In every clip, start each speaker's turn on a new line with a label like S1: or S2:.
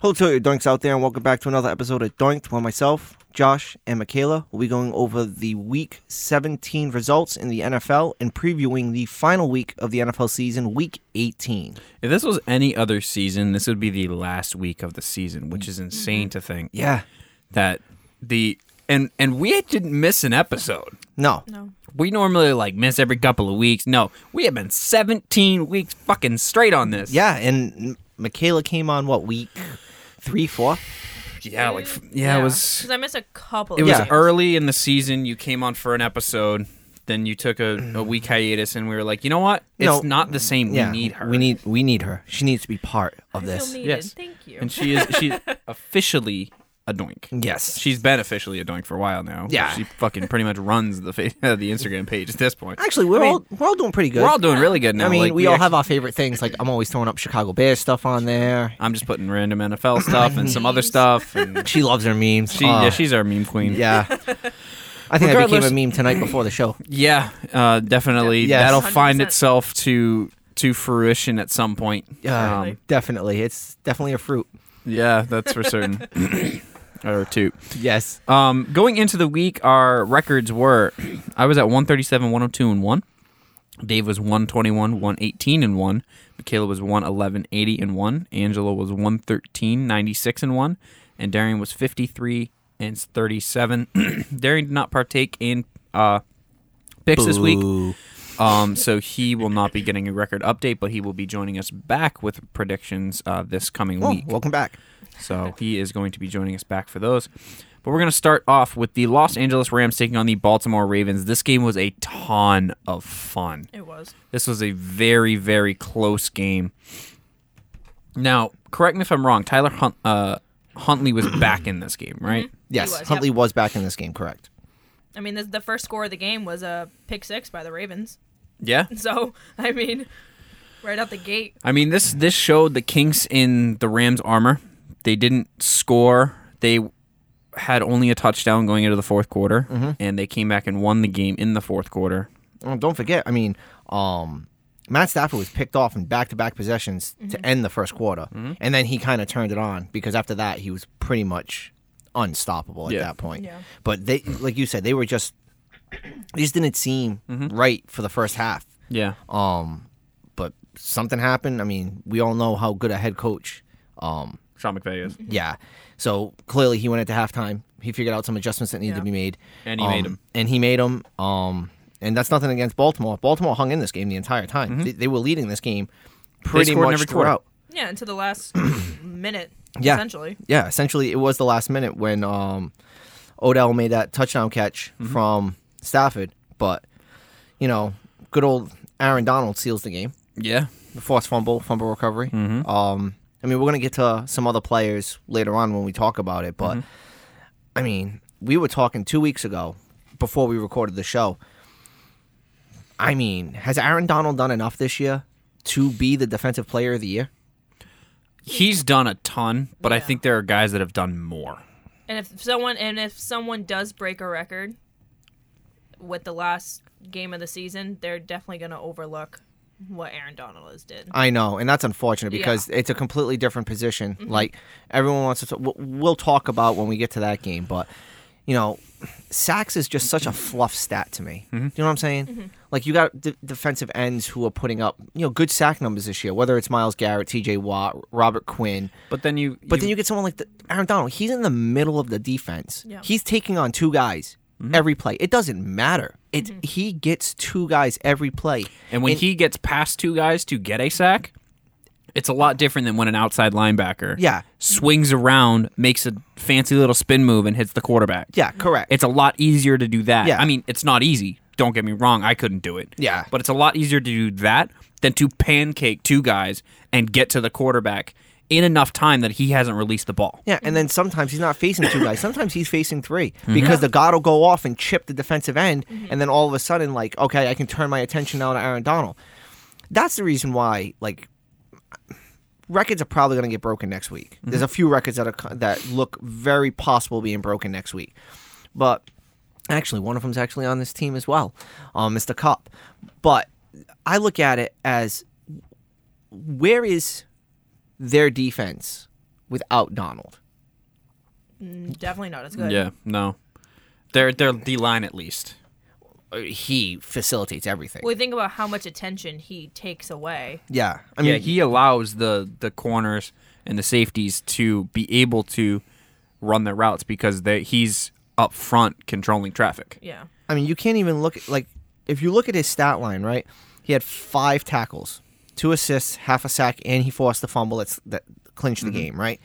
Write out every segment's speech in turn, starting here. S1: Hello to all you doinks out there, and welcome back to another episode of Doinked, where myself, Josh, and Michaela will be going over the Week 17 results in the NFL and previewing the final week of the NFL season, Week 18.
S2: If this was any other season, this would be the last week of the season, which is
S1: Mm-hmm.
S2: insane to think.
S1: Yeah.
S2: That the and and we didn't miss an episode.
S1: No.
S3: No.
S2: We normally like miss every couple of weeks. No, we have been 17 weeks fucking straight on this.
S1: Yeah, and M- Michaela came on what week? Three, four?
S2: Yeah, like f- yeah, it was
S3: Because I missed a couple.
S2: it was
S1: Yeah.
S3: of games.
S2: early in the season. You came on for an episode, then you took a, a week hiatus, and we were like, you know what? It's
S1: Mm-hmm. No.
S2: not the same.
S1: Yeah,
S2: we need her.
S1: We need we need her. She needs to be part of
S3: I feel
S1: this.
S3: needed.
S2: Yes.
S3: Thank you.
S2: and she is she's officially a doink.
S1: Yes.
S2: She's been officially a doink for a while now.
S1: Yeah.
S2: She fucking pretty much runs the fa- the Instagram page at this point.
S1: Actually, we're
S2: I mean,
S1: all we're all doing pretty good.
S2: we're all doing really good now.
S1: I mean,
S2: Like,
S1: we, all
S2: actu-
S1: have our favorite things. Like I'm always throwing up Chicago Bears stuff on there.
S2: I'm just putting random NFL stuff and some other stuff. And
S1: She loves her memes.
S2: she,
S1: Oh,
S2: yeah, she's our meme queen.
S1: yeah. I think I became
S2: Regardless-
S1: a meme tonight before the show.
S2: Yeah, uh, definitely.
S1: Yes.
S2: That'll find
S3: 100%.
S2: itself to to fruition at some point.
S1: Yeah,
S2: Um,
S1: definitely. It's definitely a fruit.
S2: yeah, that's for certain. or two.
S1: Yes.
S2: Um, going into the week, our records were I was at 137, 102, and 1. Dave was 121, 118, and 1. Michaela was 111, 80, and 1. Angela was 113, 96, and 1. And Darian was 53 and 37. Darian did not partake in uh, picks this week.
S1: Ooh.
S2: Um, so he will not be getting a record update, but he will be joining us back with predictions uh, this coming
S1: Oh,
S2: week.
S1: welcome back.
S2: So he is going to be joining us back for those. But we're going to start off with the Los Angeles Rams taking on the Baltimore Ravens. This game was a ton of fun.
S3: It was.
S2: This was a very, very close game. Now, correct me if I'm wrong. Tyler Hunt, uh, Huntley was back in this game, right?
S1: Yes,
S3: was, yep.
S1: Huntley was back in this game. Correct.
S3: I mean, this, the first score of the game was a pick six by the Ravens.
S2: Yeah.
S3: So I mean, right out the gate.
S2: I mean this this showed the kinks in the Rams' armor. They didn't score. They had only a touchdown going into the fourth quarter, and they came back and won the game in the fourth quarter.
S1: Well, Oh, don't forget, I mean, um, Matt Stafford was picked off in back to back possessions to end the first quarter. And then he kind of turned it on because after that, he was pretty much unstoppable at
S2: Yeah.
S1: that point.
S3: Yeah.
S1: But they, like you said, they were just, they just didn't seem right for the first half.
S2: Yeah.
S1: Um, but something happened. I mean, we all know how good a head coach. Um,
S2: Sean McVay is.
S1: yeah. So clearly he went into halftime. He figured out some adjustments that needed to
S3: Yeah.
S1: be made.
S2: And he made
S1: Um,
S2: 'em.
S1: And he made them. Um, and that's nothing against Baltimore. Baltimore hung in this game the entire time. They, they were leading this game pretty
S2: Mm-hmm. scored in
S1: much
S2: every quarter.
S1: throughout.
S3: Yeah, until the last minute.
S1: Yeah.
S3: Essentially.
S1: Yeah, essentially it was the last minute when um, Odell made that touchdown catch
S2: Mm-hmm.
S1: from Stafford. But, you know, good old Aaron Donald seals the game.
S2: Yeah.
S1: the forced fumble, fumble recovery. Um, I mean, we're gonna get to some other players later on when we talk about it, but I mean, we were talking two weeks ago before we recorded the show. I mean, has Aaron Donald done enough this year to be the defensive player of the year?
S2: He's done a ton, but I
S3: Yeah.
S2: think there are guys that have done more.
S3: And if someone and if someone does break a record with the last game of the season, they're definitely going to overlook what Aaron Donald has did.
S1: I know, and that's unfortunate
S3: Yeah. Mm-hmm.
S1: because it's a completely different position. Like everyone wants to. Talk, we'll- we'll talk about when we get to that game, but you know, sacks is just such a fluff stat to me. Do you know what I'm saying?
S3: Mm-hmm.
S1: Like you got d- defensive ends who are putting up you know good sack numbers this year, whether it's Miles Garrett, T.J. Watt, Robert Quinn.
S2: But then you.
S1: But then you get someone like the, Aaron Donald. He's in the middle of the defense.
S3: Yeah.
S1: He's taking on two guys every play. It doesn't matter. It
S3: Mm-hmm.
S1: he gets two guys every play.
S2: And when he gets past two guys to get a sack, it's a lot different than when an outside linebacker
S1: Yeah.
S2: swings around, makes a fancy little spin move, and hits the quarterback.
S1: Yeah, correct.
S2: It's a lot easier to do that.
S1: Yeah.
S2: I mean, it's not easy. Don't get me wrong. I couldn't do it.
S1: Yeah.
S2: But it's a lot easier to do that than to pancake two guys and get to the quarterback in enough time that he hasn't released the ball.
S1: Yeah, and then sometimes he's not facing two guys. Sometimes he's facing 3 because the guard will go off and chip the defensive end, and then all of a sudden, like, okay, I can turn my attention now to Aaron Donald. That's the reason why, like, records are probably going to get broken next week. There's a few records that are co- that look very possible being broken next week, but actually, one of them's actually on this team as well, um, Mr. Cup. But I look at it as where is their defense without Donald.
S3: Definitely not as good.
S2: Yeah, no. They're they're the line at least.
S1: Uh, He facilitates everything.
S3: We think about how much attention he takes away.
S1: yeah, I
S2: yeah,
S1: mean,
S2: he allows the the corners and the safeties to be able to run their routes because they, he's up front controlling traffic.
S3: Yeah.
S1: I mean, you can't even look at, like if you look at his stat line, right? He had five tackles, two assists, half a sack, and he forced the fumble that's that clinched the game, right?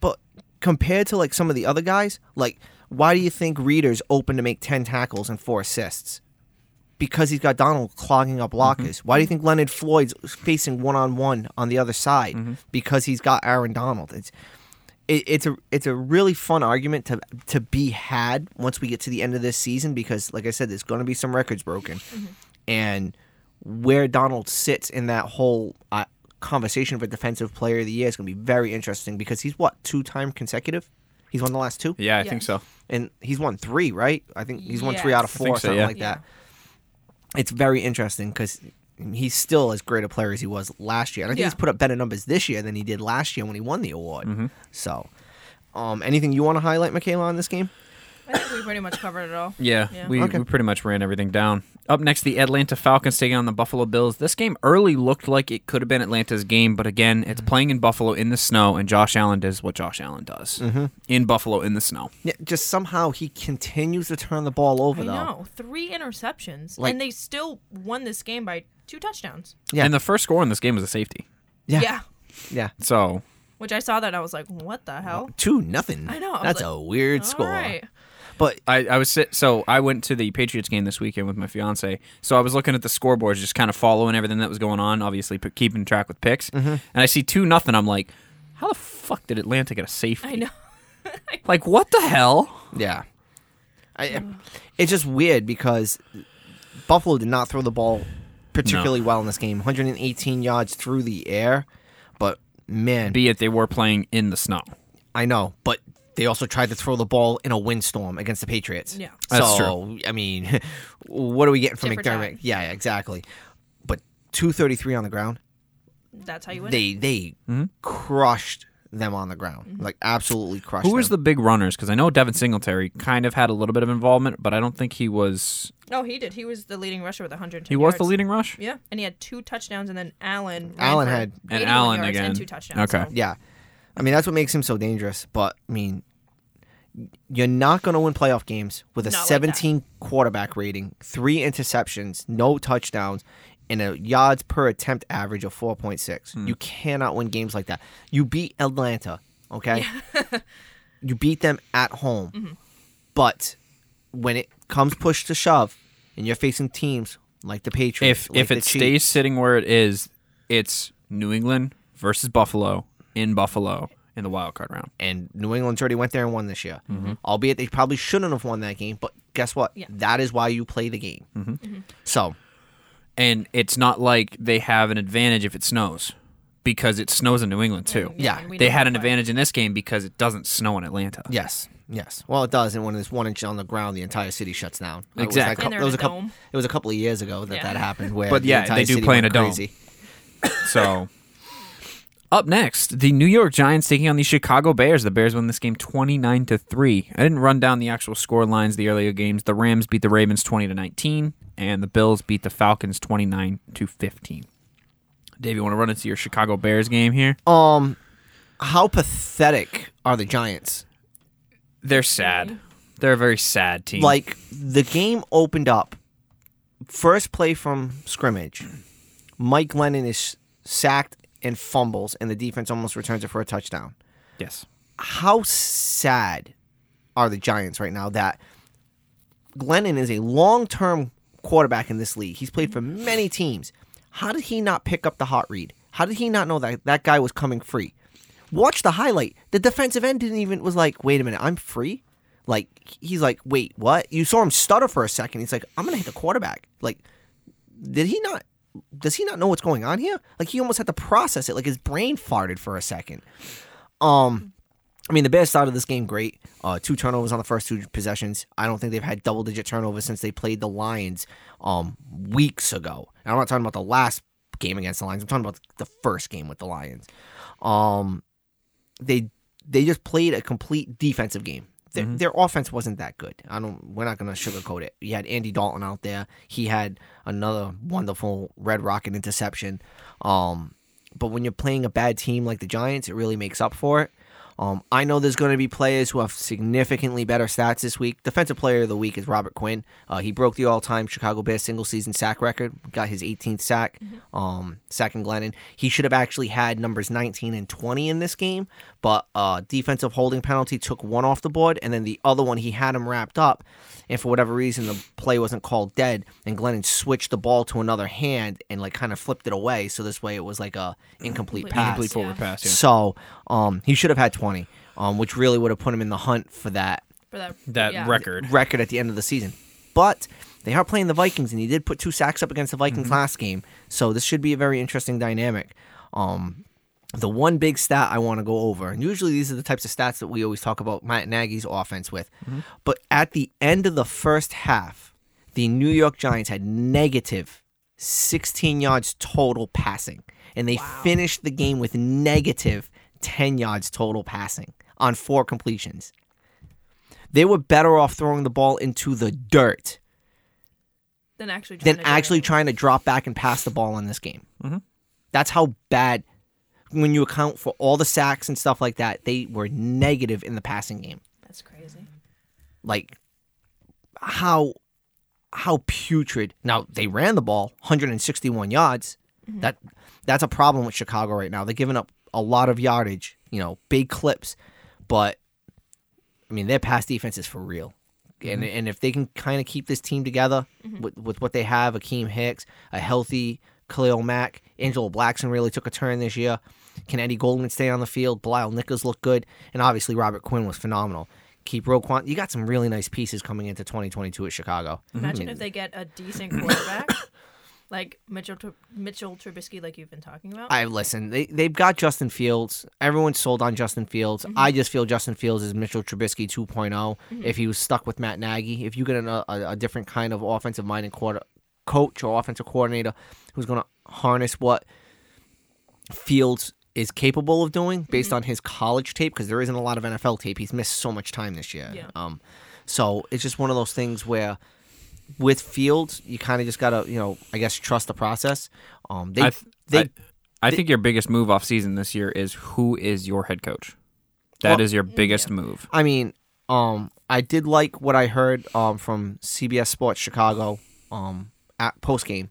S1: But compared to like some of the other guys, like why do you think Reader's open to make ten tackles and four assists? Because he's got Donald clogging up blockers. Why do you think Leonard Floyd's facing one on one on the other side? Because he's got Aaron Donald. It's it, it's a it's a really fun argument to to be had once we get to the end of this season because like I said, there's going to be some records broken, and where Donald sits in that whole uh, conversation for defensive player of the year is going to be very interesting because he's what two time consecutive, he's won the last two,
S2: Yeah, I
S3: Yeah.
S2: think so.
S1: and he's won three, right? I think he's won three
S3: Yes.
S1: out of
S3: I
S1: four,
S2: think
S1: or
S2: so,
S1: something
S2: yeah.
S1: like that. It's very interesting because. He's still as great a player as he was last year. And I think
S3: Yeah.
S1: he's put up better numbers this year than he did last year when he won the award.
S2: Mm-hmm.
S1: So, um, anything you want to highlight, Michaela, on this game?
S3: I think we pretty much covered it all.
S2: Yeah,
S3: Yeah.
S2: We,
S1: Okay.
S2: we pretty much ran everything down. Up next, the Atlanta Falcons taking on the Buffalo Bills. This game early looked like it could have been Atlanta's game, but again,
S3: Mm-hmm.
S2: it's playing in Buffalo in the snow, and Josh Allen does what Josh Allen does in Buffalo in the snow.
S1: Yeah, just somehow he continues to turn the ball over,
S3: I
S1: though.
S3: know. Three interceptions.
S1: Like-
S3: and they still won this game by two touchdowns.
S1: Yeah.
S2: And the first score in this game was a safety.
S1: Yeah, yeah,
S3: yeah.
S2: So
S3: Which I saw that and I was like, what the hell?
S1: two nothing.
S3: I know, I was
S1: That's
S3: like,
S1: a weird
S3: All
S1: score.
S3: right.
S1: But
S2: I, I was sit, so I went to the Patriots game this weekend with my fiance. So I was looking at the scoreboards, just kind of following everything that was going on, obviously p- keeping track with picks. And I see two nothing. I'm like, how the fuck did Atlanta get a safety?
S3: I know.
S2: Like what the hell?
S1: yeah, I, it's just weird because Buffalo did not throw the ball particularly well in this game. 118 yards through the air, but man,
S2: Be it they were playing in the snow.
S1: I know, but they also tried to throw the ball in a windstorm against the Patriots.
S3: Yeah.
S2: That's
S1: so, I mean, what are we getting from
S3: Different
S1: McDermott?
S3: time.
S1: Yeah, yeah, exactly. But 233 on the ground,
S3: That's how you win. it.
S1: they they
S2: Mm-hmm.
S1: crushed them on the ground.
S3: Mm-hmm.
S1: Like absolutely crushed
S2: Who was
S1: them.
S2: the big runners? Because I know Devin Singletary kind of had a little bit of involvement, but I don't think he was.
S3: No, Oh, he did. He was the leading rusher with 110
S2: He was
S3: yards.
S2: the leading rush.
S3: Yeah, and he had two touchdowns, and then Allen. ran
S1: Allen
S3: for
S1: had-
S3: 81
S2: And Allen
S3: yards
S2: again.
S3: and two touchdowns.
S2: Okay.
S3: so-
S1: Yeah. I mean, that's what makes him so dangerous, but I mean you're not going to win playoff games with a
S3: Not like that.
S1: 17 quarterback rating, 3 interceptions, no touchdowns, and a yards per attempt average of 4.6.
S3: Hmm.
S1: You cannot win games like that. You beat Atlanta, okay? you beat them at home.
S3: Mm-hmm.
S1: But when it comes push to shove and you're facing teams like the Patriots,
S2: If
S1: like
S2: if
S1: the
S2: it
S1: Chiefs,
S2: stays sitting where it is, it's New England versus Buffalo in Buffalo in the wild card round.
S1: and New England's already went there and won this year.
S2: Mm-hmm.
S1: Albeit they probably shouldn't have won that game, but guess what?
S3: Yeah. Mm-hmm.
S1: That is why you play the game.
S2: Mm-hmm.
S1: So
S2: and it's not like they have an advantage if it snows because it snows in New England too.
S1: Yeah,
S3: and we
S2: They
S3: know
S2: had
S3: that,
S2: an
S3: but-
S2: advantage in this game because it doesn't snow in Atlanta.
S1: yes, yes. Well, it does, and when there's one inch on the ground, the entire city shuts down. It was
S2: Exactly.
S1: that cou-
S3: And they're
S1: it was a
S3: in a
S1: couple.
S3: dome.
S1: It was a couple of years ago that
S3: Yeah.
S1: that happened. Where
S2: But
S1: the
S2: yeah,
S1: entire
S2: they do
S1: city
S2: play in
S1: went
S2: a dome.
S1: crazy.
S2: So up next, the New York Giants taking on the Chicago Bears. The Bears won this game 29 to 3. I didn't run down the actual score lines the earlier games. The Rams beat the Ravens 20 to 19 and the Bills beat the Falcons 29 to 15. Dave, you want to run into your Chicago Bears game here?
S1: Um, how pathetic are the Giants?
S2: They're sad. They're a very sad team.
S1: Like the game opened up, first play from scrimmage, Mike Lennon is sacked and fumbles, and the defense almost returns it for a touchdown.
S2: yes.
S1: how sad are the Giants right now that Glennon is a long term quarterback in this league. He's played for many teams. How did he not pick up the hot read? How did he not know that that guy was coming free? Watch the highlight. The defensive end didn't even was like, wait a minute, I'm free. Like he's like, wait, what? You saw him stutter for a second. He's like, I'm gonna hit the quarterback. Like, did he not? Does he not know what's going on here? Like he almost had to process it. Like his brain farted for a second. Um, I mean, the Bears started this game great. Uh, two turnovers on the first two possessions. I don't think they've had double digit turnovers since they played the Lions um, weeks ago. And I'm not talking about the last game against the Lions. I'm talking about the first game with the Lions. Um, they they just played a complete defensive game. Their, their offense wasn't that good. I don't. We're not going to sugarcoat it. You had Andy Dalton out there. He had another wonderful red rocket interception. Um, but when you're playing a bad team like the Giants, it really makes up for it. Um, I know there's going to be players who have significantly better stats this week. Defensive player of the week is Robert Quinn. Uh, he broke the all-time Chicago Bears single-season sack record, got his 18th sack, um, sack and Glennon. He should have actually had numbers 19 and 20 in this game, but uh, defensive holding penalty took one off the board, and then the other one he had him wrapped up, and for whatever reason the play wasn't called dead, and Glennon switched the ball to another hand and like kind of flipped it away, so this way it was like a incomplete
S3: Incomplete
S1: pass.
S2: Complete
S3: yeah.
S2: forward pass. Yeah.
S1: So um, he should have had 20, um, which really would have put him in the hunt for that
S3: for that
S2: That
S3: yeah.
S2: record.
S1: record at the end of the season. But they are playing the Vikings, and he did put two sacks up against the Vikings last game. So this should be a very interesting dynamic. Um, the one big stat I want to go over, and usually these are the types of stats that we always talk about Matt Nagy's offense with, but at the end of the first half, the New York Giants had negative 16 yards total passing, and they finished the game with negative 10 yards total passing on four completions. They were better off throwing the ball into the dirt
S3: Then actually. trying
S1: than
S3: to get
S1: actually
S3: it.
S1: trying to drop back and pass the ball in this game. That's how bad, when you account for all the sacks and stuff like that, they were negative in the passing game.
S3: That's crazy.
S1: Like, how, how putrid. Now they ran the ball 161 yards.
S3: Mm-hmm.
S1: That that's a problem with Chicago right now. They're giving up a lot of yardage. You know, big clips, but I mean, their pass defense is for real. And, and if they can kind of keep this team together with, with what they have, Akeem Hicks, a healthy Khalil Mack, Angela Blackson really took a turn this year. Can Eddie Goldman stay on the field? Blyle Nichols looked good. And obviously, Robert Quinn was phenomenal. Keep Roquan. You got some really nice pieces coming into 2022 at Chicago.
S3: Imagine if they get a decent quarterback, like Mitchell Tr- Mitchell Trubisky, like you've been talking about.
S1: I listen. They they've got Justin Fields. Everyone's sold on Justin Fields. I just feel Justin Fields is Mitchell Trubisky 2 If he was stuck with Matt Nagy, if you get an, a, a different kind of offensive minded quarter coach or offensive coordinator who's going to harness what Fields is capable of doing based on his college tape, because there isn't a lot of NFL tape. He's missed so much time this year.
S3: Yeah.
S1: Um, so it's just one of those things where. With Fields, you kind of just gotta, you know, I guess trust the process. Um, they
S2: I, th-
S1: they
S2: I, I think your biggest move off season this year is who is your head coach. That is
S1: Well,
S2: your biggest move.
S1: I mean, um, I did like what I heard um, from CBS Sports Chicago um, at post game.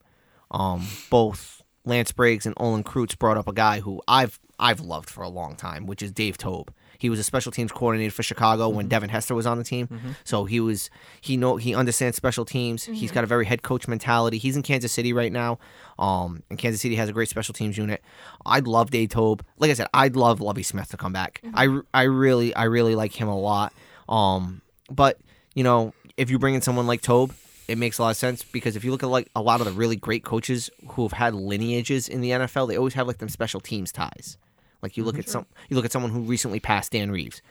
S1: Um, both Lance Briggs and Olin Krutz brought up a guy who I've I've loved for a long time, which is Dave Tobe. He was a special teams coordinator for Chicago when Devin Hester was on the team, so he was he know he understands special teams. He's got a very head coach mentality. He's in Kansas City right now, um, and Kansas City has a great special teams unit. I'd love Dave Tobe. Like I said, I'd love Lovey Smith to come back. I r I I really I really like him a lot. Um, but you know, if you bring in someone like Tobe, it makes a lot of sense because if you look at like a lot of the really great coaches who have had lineages in the NFL, they always have like them special teams ties. Like you look at some, you look at someone who recently passed Dan Reeves,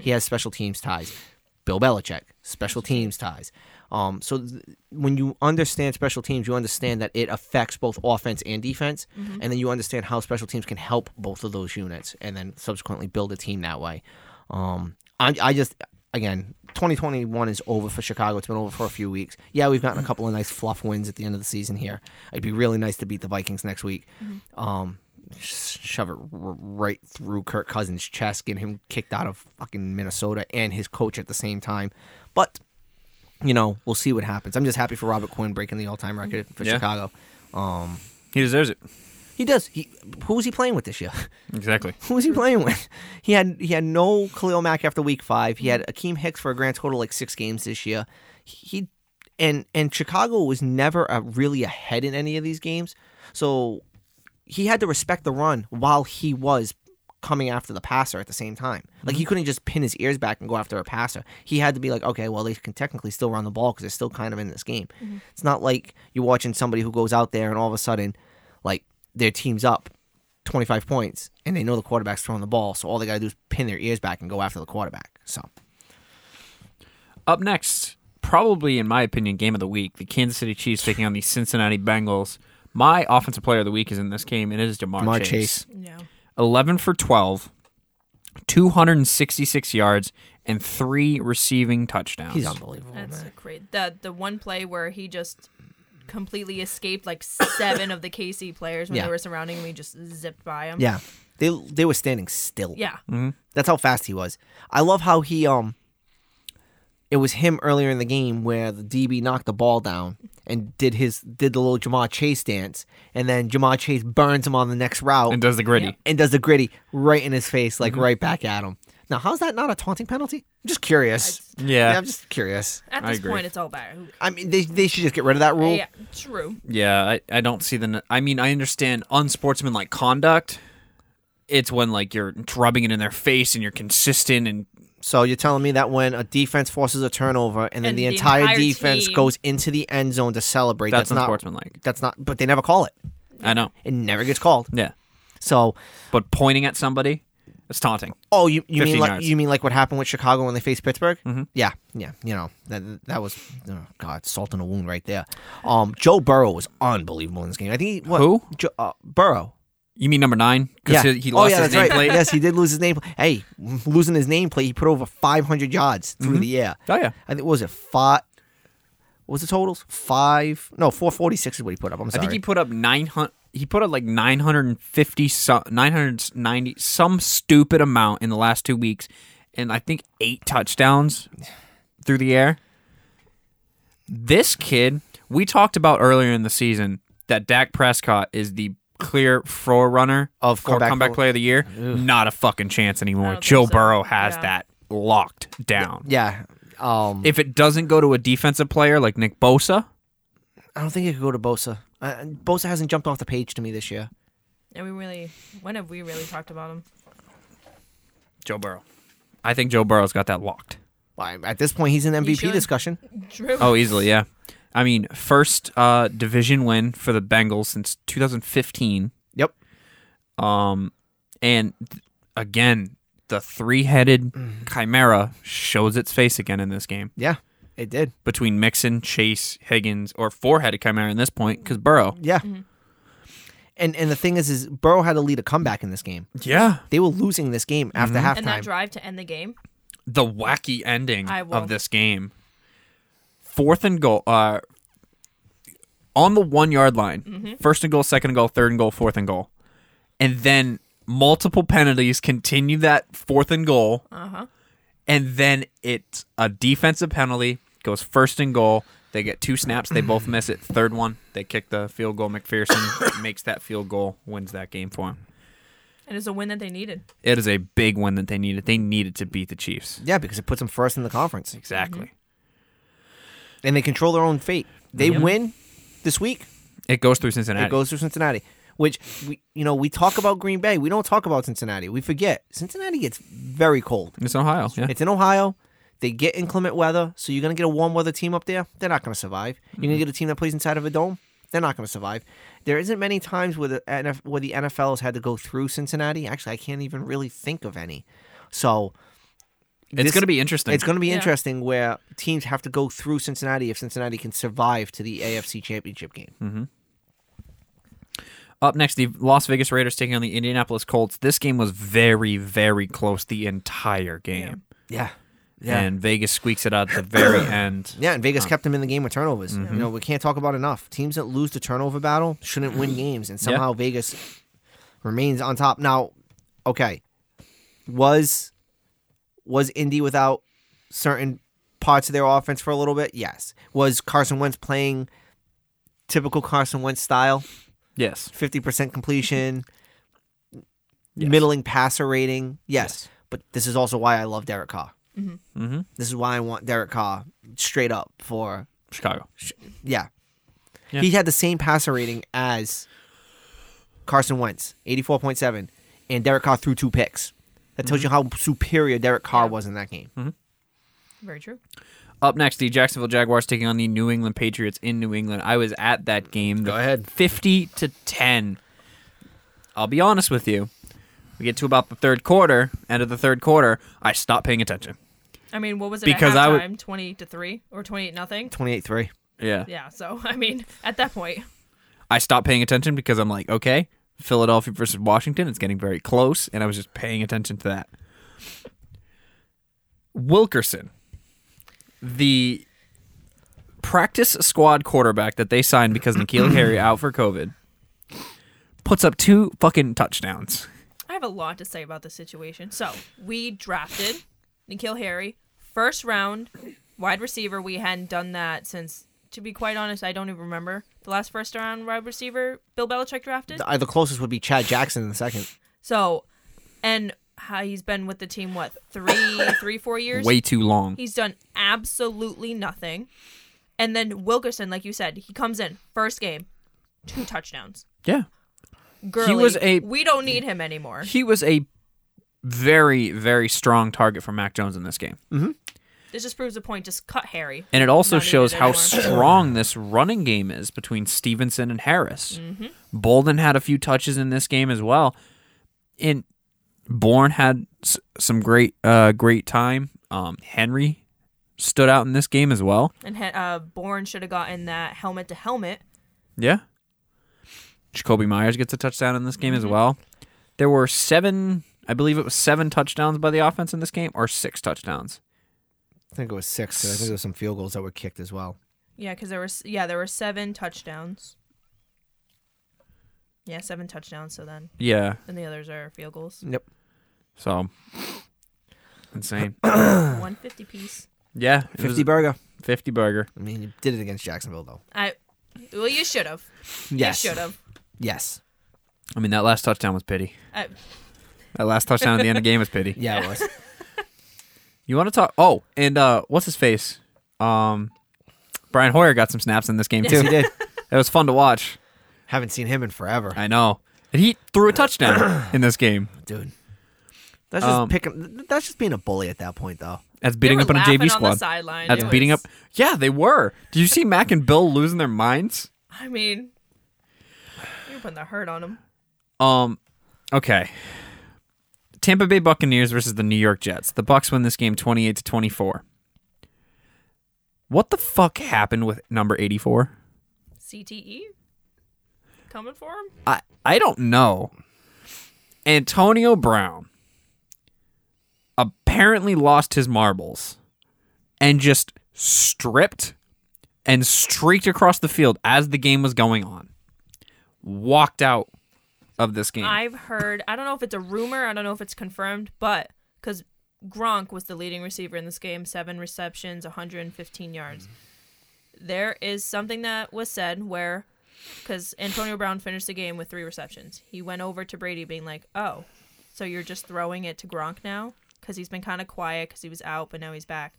S1: he has special teams ties. Bill Belichick, special teams ties. Um, so th- when you understand special teams, you understand that it affects both offense and defense, and then you understand how special teams can help both of those units, and then subsequently build a team that way. Um, I, I just again, 2021 is over for Chicago. It's been over for a few weeks. Yeah, we've gotten a couple of nice fluff wins at the end of the season here. It'd be really nice to beat the Vikings next week. Um, sh- shove it r- right through Kirk Cousins' chest, get him kicked out of fucking Minnesota and his coach at the same time. But you know, we'll see what happens. I'm just happy for Robert Quinn breaking the all-time record for
S2: Yeah.
S1: Chicago. Um,
S2: He deserves it.
S1: he does. He who was he playing with this year?
S2: Exactly.
S1: Who was he playing with? He had he had no Khalil Mack after week five. He had Akeem Hicks for a grand total of like six games this year. He and and Chicago was never uh really ahead in any of these games, so he had to respect the run while he was coming after the passer at the same time. Like
S3: Mm-hmm.
S1: he couldn't just pin his ears back and go after a passer. He had to be like, okay, well they can technically still run the ball because they're still kind of in this game.
S3: Mm-hmm.
S1: It's not like you're watching somebody who goes out there and all of a sudden, like their team's up 25 points and they know the quarterback's throwing the ball, so all they got to do is pin their ears back and go after the quarterback. So
S2: Up next, probably in my opinion, game of the week: the Kansas City Chiefs taking on the Cincinnati Bengals. My offensive player of the week is in this game, and it is Jamar,
S1: Jamar
S2: Chase.
S1: Chase.
S3: yeah.
S2: 11 for 12, 266 yards, and three receiving touchdowns.
S1: He's unbelievable,
S3: That's
S1: man.
S3: crazy. The the one play where he just completely escaped like seven of the KC players when
S1: Yeah.
S3: they were surrounding him. He just zipped by him.
S1: Yeah, they they were standing still.
S3: Yeah.
S2: Mm-hmm.
S1: That's how fast he was. I love how he um it was him earlier in the game where the DB knocked the ball down and did his did the little Jamar Chase dance and then Jamar Chase burns him on the next route
S2: and
S1: and,
S2: does Mm-hmm. the gritty.
S1: does the gritty right in his face like right back at him. Now, how's that not a taunting penalty? I'm just curious.
S2: Yeah.
S1: Yeah, I'm just curious.
S3: At
S2: I
S3: this
S2: agree.
S3: point, it's all bad. Who-
S1: I mean, they, they should just get rid of that rule.
S3: Yeah, true.
S2: Yeah, I, I don't see the. n- I mean, I understand unsportsmanlike conduct. It's when like you're rubbing it in their face and you're consistent and
S1: So you're telling me that when a defense forces a turnover and then
S3: And
S1: the,
S3: the
S1: entire,
S3: entire
S1: defense
S3: team-
S1: goes into the end zone to celebrate,
S2: that's,
S1: that's, not
S2: unsportsmanlike.
S1: that's not but they never call it.
S2: I know.
S1: It never gets called.
S2: Yeah,
S1: So,
S2: but pointing at somebody, it's taunting.
S1: oh, you, you
S2: 15
S1: mean like
S2: yards.
S1: you mean like what happened with Chicago when they faced Pittsburgh? Mm-hmm. Yeah, yeah. You know that that was oh God salt in a wound right there. Um, Joe Burrow was unbelievable in this game. I think he, what,
S2: Who?
S1: Jo, uh, Burrow.
S2: You mean number nine?
S1: Yeah.
S2: Because he, he lost
S1: oh, yeah,
S2: his
S1: that's
S2: nameplate.
S1: right. yes, he did lose his name. Hey, losing his nameplate, he put over 500 yards through the air.
S2: Oh yeah.
S1: I think what was it five? What was the totals? Five? No, 446 is what he put up. I'm
S2: I
S1: sorry.
S2: think he put up nine hundred. He put up like 950, some, 990, some stupid amount in the last two weeks, and I think eight touchdowns through the air. This kid, we talked about earlier in the season that Dak Prescott is the clear forerunner
S1: Of
S2: for
S1: comeback-
S2: comeback player of the year. Not a fucking chance anymore.
S3: think
S2: Joe
S3: so.
S2: Burrow has
S3: Yeah.
S2: that locked down.
S1: yeah. Um,
S2: If it doesn't go to a defensive player like Nick Bosa,
S1: I don't think he could go to Bosa. Uh, Bosa hasn't jumped off the page to me this year.
S3: And we really, when have we really talked about him?
S2: Joe Burrow. I think Joe Burrow's got that locked.
S1: Well, at this point, he's in MVP
S3: should.
S1: discussion.
S3: True.
S2: Oh, easily, yeah. I mean, first uh, division win for the Bengals since 2015,
S1: Yep.
S2: Um, and th- again, the three-headed chimera shows its face again in this game
S1: Yeah, it did.
S2: between Mixon, Chase, Higgins, or four-headed chimera in this point because Burrow.
S1: Yeah.
S3: Mm-hmm.
S1: And and the thing is, is Burrow had to lead a comeback in this game.
S2: Yeah,
S1: They were losing this game after
S3: and
S1: halftime.
S3: that drive to end the game.
S2: the wacky ending
S3: I will.
S2: of this game. Fourth and goal, uh, on the one yard line.
S3: Mm-hmm.
S2: First and goal, second and goal, third and goal, fourth and goal, and then multiple penalties continue that fourth and goal.
S3: Uh-huh.
S2: And then it's a defensive penalty goes first and goal. They get two snaps. They both miss it. Third one, they kick the field goal. McPherson makes that field goal, wins that game for him.
S3: And it's a win that they needed.
S2: It is a big win that they needed. They needed to beat the Chiefs.
S1: yeah, because it puts them first in the conference,
S2: Exactly.
S1: and they control their own fate. They win this week.
S2: It goes through Cincinnati.
S1: It goes through Cincinnati, which we you know we talk about Green Bay. We don't talk about Cincinnati. We forget Cincinnati gets very cold.
S2: It's Ohio. Yeah.
S1: It's in Ohio. They get inclement weather, so you're going to get a warm weather team up there. They're not going to survive. You're going to get a team that plays inside of a dome. They're not going to survive. There isn't many times where the NF- where the NFL has had to go through Cincinnati. Actually, I can't even really think of any. So
S2: It's
S1: this-
S2: going to be interesting.
S1: it's going to be
S3: Yeah.
S1: interesting where teams have to go through Cincinnati if Cincinnati can survive to the AFC Championship game.
S2: Up next, the Las Vegas Raiders taking on the Indianapolis Colts. This game was very, very close the entire game.
S1: Yeah, yeah.
S2: And Vegas squeaks it out at the very end.
S1: Yeah, and Vegas kept them in the game with turnovers. You know, we can't talk about enough. Teams that lose the turnover battle shouldn't win games, and somehow Vegas remains on top. Now, okay, was was Indy without certain parts of their offense for a little bit? Yes. Was Carson Wentz playing typical Carson Wentz style?
S2: Yes.
S1: Fifty percent completion,
S2: Yes.
S1: middling passer rating. Yes.
S2: Yes.
S1: but this is also why I love Derek Carr.
S2: hmm
S1: This is why I want Derek Carr straight up for
S2: Chicago.
S1: yeah.
S2: Yeah.
S1: He had the same passer rating as Carson Wentz, 84.7, and Derek Carr threw two picks. That tells you
S2: Mm-hmm.
S1: how superior Derek Carr
S3: Yeah.
S1: was in that game.
S3: Very true.
S2: Up next, the Jacksonville Jaguars taking on the New England Patriots in New England. I was at that game. Go
S1: ahead.
S2: 50 to 10. I'll be honest with you. We get to about the third quarter, end of the third quarter, I stopped paying attention.
S3: I mean, what was it
S2: Because I
S3: at
S2: would-
S3: halftime? Twenty to three or twenty-eight nothing.
S1: 28-3.
S2: Yeah.
S3: Yeah. So I mean, at that point,
S2: I stopped paying attention because I'm like, okay, Philadelphia versus Washington, it's getting very close, and I was just paying attention to that. Wilkerson, the practice squad quarterback that they signed because Nikhil Harry out for COVID, puts up two fucking touchdowns.
S3: I have a lot to say about this situation. So we drafted Nikhil Harry, first round wide receiver. We hadn't done that since, to be quite honest, I don't even remember the last first round wide receiver Bill Belichick drafted.
S1: The, uh, the closest would be Chad Jackson in the second.
S3: So, and how he's been with the team what three, three, four years?
S2: Way too long.
S3: He's done absolutely nothing. And then Wilkerson, like you said, he comes in first game, two touchdowns.
S2: Yeah.
S3: Gurley,
S2: was a-
S3: we don't need him anymore.
S2: He was a very, very strong target for Mac Jones in this game.
S3: This just proves a point. Just cut Harry.
S2: And it also
S3: Not
S2: shows
S3: needed
S2: how
S3: anymore.
S2: strong this running game is between Stevenson and Harris.
S3: Mm-hmm.
S2: Bolden had a few touches in this game as well. And Bourne had s- some great uh, great time. Um, Henry stood out in this game as well.
S3: And he- uh, Bourne should have gotten that helmet to helmet.
S2: Yeah. Jacoby Myers gets a touchdown in this game
S3: Mm-hmm.
S2: as well. There were seven, I believe it was seven touchdowns by the offense in this game, or six touchdowns.
S1: I think it was six. 'cause I think there was some field goals that were kicked as well.
S3: Yeah, because there was yeah there were seven touchdowns. Yeah, seven touchdowns. So then,
S2: Yeah.
S3: and the others are field goals.
S1: Yep.
S2: So insane. Ah.
S3: One fifty piece.
S2: Yeah. it was
S1: Fifty burger.
S2: 50 burger.
S1: I mean, you did it against Jacksonville though.
S3: I well, you should have.
S1: Yes.
S3: You should have.
S1: Yes.
S2: I mean, that last touchdown was pity.
S3: I,
S2: That last touchdown at the end of the game was pity.
S1: Yeah, it was.
S2: You want to talk? Oh, and uh, what's his face? Um, Brian Hoyer got some snaps in this game
S1: yes,
S2: too.
S1: he did.
S2: It was fun to watch.
S1: Haven't seen him in forever,
S2: I know. And he threw a touchdown in this game.
S1: dude. That's just
S2: Um,
S1: picking. That's just being a bully at that point, though.
S2: That's beating
S3: They
S2: up
S3: were
S2: on a JV
S3: laughing
S2: squad.
S3: On the sideline.
S2: That's
S3: It
S2: beating up.
S3: was-
S2: Yeah, they were. Did you see Mac and Bill losing their minds?
S3: I mean, you're putting the hurt on him.
S2: Um, okay. Tampa Bay Buccaneers versus the New York Jets. The Bucks win this game 28 to 24. What the fuck happened with number 84?
S3: CTE E? coming for him.
S2: I I don't know. Antonio Brown apparently lost his marbles and just stripped and streaked across the field as the game was going on. Walked out of this game.
S3: I've heard. I don't know if it's a rumor. I don't know if it's confirmed, but because Gronk was the leading receiver in this game, seven receptions, 115 yards. There is something that was said where, because Antonio Brown finished the game with three receptions, he went over to Brady, being like, "Oh, so you're just throwing it to Gronk now? Because he's been kind of quiet because he was out, but now he's back."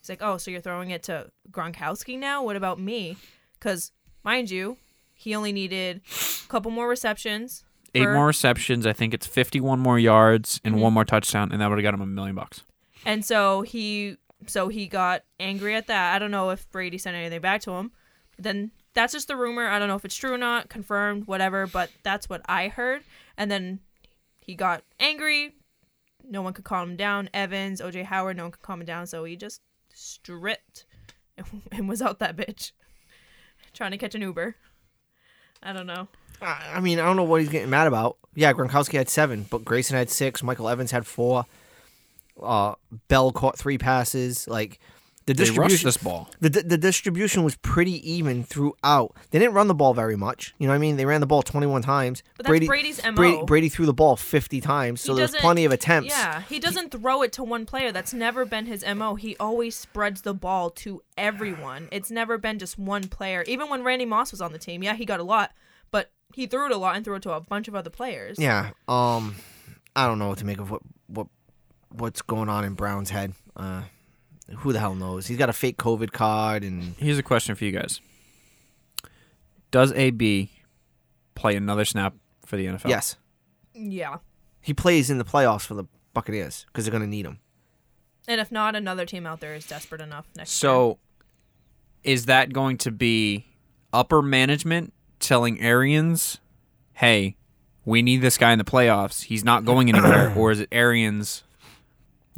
S3: He's like, "Oh, so you're throwing it to Gronkowski now? What about me? Because mind you." He only needed a couple more receptions.
S2: Eight
S3: for-
S2: more receptions. I think it's 51 more yards and one more touchdown, and that would have got him a million bucks.
S3: And so he so he got angry at that. I don't know if Brady sent anything back to him. Then that's just the rumor. I don't know if it's true or not, confirmed, whatever, but that's what I heard. And then he got angry. No one could calm him down. Evans, OJ Howard, no one could calm him down, so he just stripped and was out that bitch. Trying to catch an Uber. I don't know.
S1: I I mean, I don't know what he's getting mad about. Yeah, Gronkowski had seven, but Grayson had six. Michael Evans had four. Uh, Bell caught three passes. Like the
S2: They rushed
S1: distribution,
S2: this ball.
S1: the, di- the distribution was pretty even throughout. They didn't run the ball very much. You know what I mean? They ran the ball 21 times.
S3: But that's Brady's MO.
S1: Brady, Brady threw the ball 50 times, so
S3: He
S1: there's
S3: doesn't-
S1: plenty of attempts.
S3: Yeah, he doesn't throw it to one player. That's never been his MO. He always spreads the ball to everyone. It's never been just one player. Even when Randy Moss was on the team, yeah, he got a lot, but he threw it a lot and threw it to a bunch of other players.
S1: Yeah. Um, I don't know what to make of what what what's going on in Brown's head. Uh, who the hell knows? He's got a fake COVID card, and
S2: Here's a question for you guys Does AB play another snap for the NFL?
S1: yes,
S3: Yeah.
S1: he plays in the playoffs for the Buccaneers because they're gonna need him.
S3: And if not, another team out there is desperate enough next year.
S2: So, is that going to be upper management telling Arians, "Hey, we need this guy in the playoffs. He's not going anywhere," or is it Arians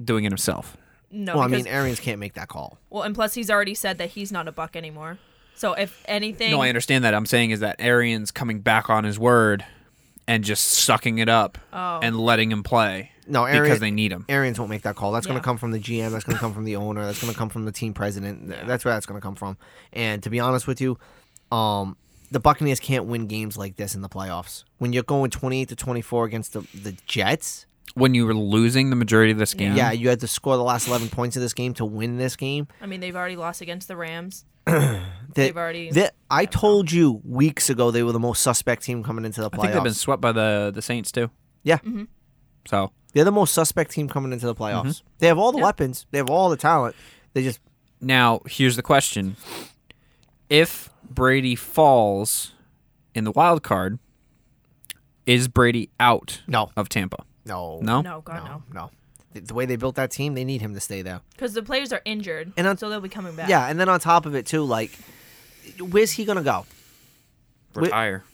S2: doing it himself?
S3: No,
S1: Well, I
S3: Oh, because,
S1: mean, Arians can't make that call.
S3: well, and plus he's already said that he's not a buck anymore. So if anything,
S2: No, I understand that. I'm saying is that Arians coming back on his word and just sucking it up
S3: Oh.
S2: and letting him play.
S1: No, Arian,
S2: because they need him.
S1: Arians won't make that call. That's going
S3: Yeah.
S1: to come from the GM. That's going to come from the owner. That's going to come from the team president. Th- That's where that's going to come from. And to be honest with you, um, the Buccaneers can't win games like this in the playoffs. When you're going 28 to 24 against the, the Jets,
S2: When you were losing the majority of this game,
S1: yeah, you had to score the last 11 points of this game to win this game.
S3: I mean, they've already lost against the Rams.
S1: They-
S3: They've already-
S1: they- I told you weeks ago they were the most suspect team coming into the
S2: I
S1: playoffs.
S2: think they've been swept by the the Saints too.
S1: Yeah.
S2: So
S1: They're the most suspect team coming into the playoffs. They have all the weapons. They have all the talent. They just
S2: now here's the question: If Brady falls in the wild card, is Brady out
S1: no,
S2: of Tampa?
S1: no,
S2: No.
S3: No, God, no.
S1: no, no. The- The way they built that team, they need him to stay there.
S3: Because the players are injured,
S1: And on-
S3: so they'll be coming back.
S1: Yeah, and then on top of it too, like, where's he gonna go? Wi-
S2: Retire.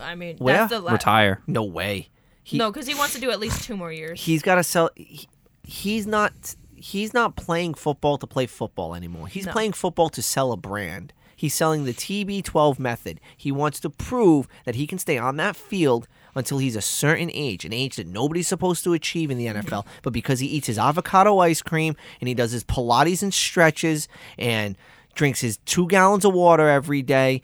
S3: I mean,
S1: Where?
S3: that's the last.
S2: Retire.
S1: No way. He,
S3: No, because he wants to do at least two more years.
S1: he's got to sell. He, he's not. He's not playing football to play football anymore. He's
S3: No.
S1: playing football to sell a brand. He's selling the TB12 method. He wants to prove that he can stay on that field until he's a certain age, an age that nobody's supposed to achieve in the NFL. But because he eats his avocado ice cream and he does his Pilates and stretches and drinks his two gallons of water every day,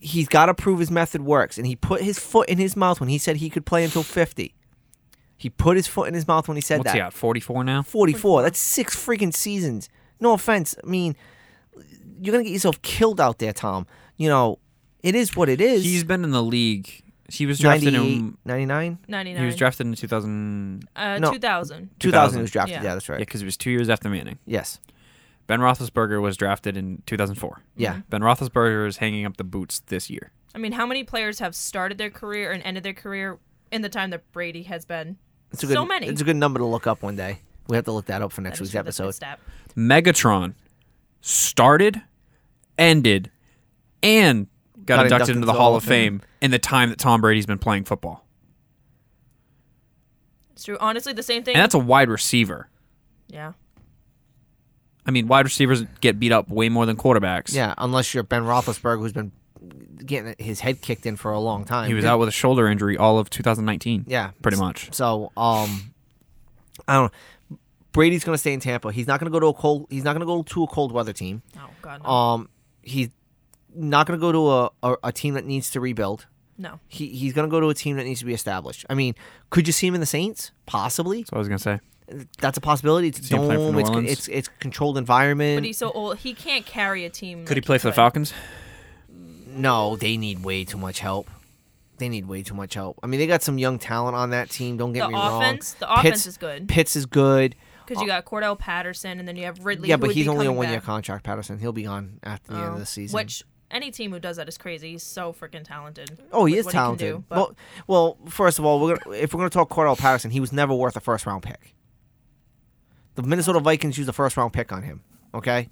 S1: he's got to prove his method works. And he put his foot in his mouth when he said he could play until 50. He put his foot in his mouth when he said
S2: What's
S1: that.
S2: he at? Forty four now.
S1: 44. That's six freaking seasons. No offense. I mean, you're going to get yourself killed out there, Tom. You know, it is what it is.
S2: He's been in the league. He was drafted
S1: 98,
S2: in.
S1: 99?
S3: 99.
S2: He was drafted in 2000.
S3: uh,
S1: no.
S3: 2000.
S1: 2000 he was drafted. Yeah,
S3: Yeah.
S1: that's
S2: Yeah,
S1: right.
S2: because it was two years after Manning.
S1: Yes.
S2: Ben Roethlisberger was drafted in 2004.
S1: Yeah.
S2: Ben Roethlisberger is hanging up the boots this year.
S3: I mean, how many players have started their career and ended their career in the time that Brady has been?
S1: It's a good,
S3: so many.
S1: It's a good number to look up one day. We have to look that up for next
S3: That is
S1: week's
S3: for the
S1: episode.
S3: stat.
S2: Megatron started, ended, and got, inducted, into the Hall of Fame in the time that Tom Brady's been playing football.
S3: It's true. Honestly, the same thing.
S2: And that's a wide receiver.
S3: yeah.
S2: I mean, wide receivers get beat up way more than quarterbacks.
S1: Yeah, unless you're Ben Roethlisberger, who's been getting his head kicked in for a long time.
S2: He was out with a shoulder injury all of 2019.
S1: Yeah.
S2: Pretty much.
S1: So, um, I don't know. Brady's going to stay in Tampa. He's not going to go to a cold. He's not going to go to a cold weather team.
S3: Oh, God. No.
S1: Um, he's not going to go to a, a, a team that needs to rebuild.
S3: no.
S1: He, he's going to go to a team that needs to be established. I mean, could you see him in the Saints? Possibly.
S2: That's what I was going to say.
S1: That's a possibility. It's a
S2: See him play for
S1: dome.
S2: New
S1: It's,
S2: Orleans?
S1: it's it's controlled
S3: But
S1: environment.
S3: he's so old. He can't carry a team.
S2: Could he
S3: like
S2: play for the
S3: could.
S2: Falcons?
S1: No, they need way too much help. They need way too much help. I mean, they got some young talent on that team. Don't get
S3: The
S1: me
S3: offense- the
S1: wrong.
S3: offense
S1: Pitts-
S3: is good.
S1: Pitts is good.
S3: Because you got Cordell Patterson and then you have
S1: Oh.
S3: Ridley.
S1: yeah,
S3: who
S1: but
S3: would
S1: he's
S3: be
S1: only a
S3: coming
S1: one year
S3: back.
S1: contract, Patterson. He'll be gone after the end of
S3: Oh,
S1: the season.
S3: Which any team who does that is crazy. He's so freaking talented.
S1: Oh, he
S3: with
S1: is
S3: what can
S1: talented.
S3: do, but
S1: well, well, first of all, we're gonna, if we're going to talk Cordell Patterson, he was never worth a first round pick. The Minnesota Vikings used a first round pick on him. Okay,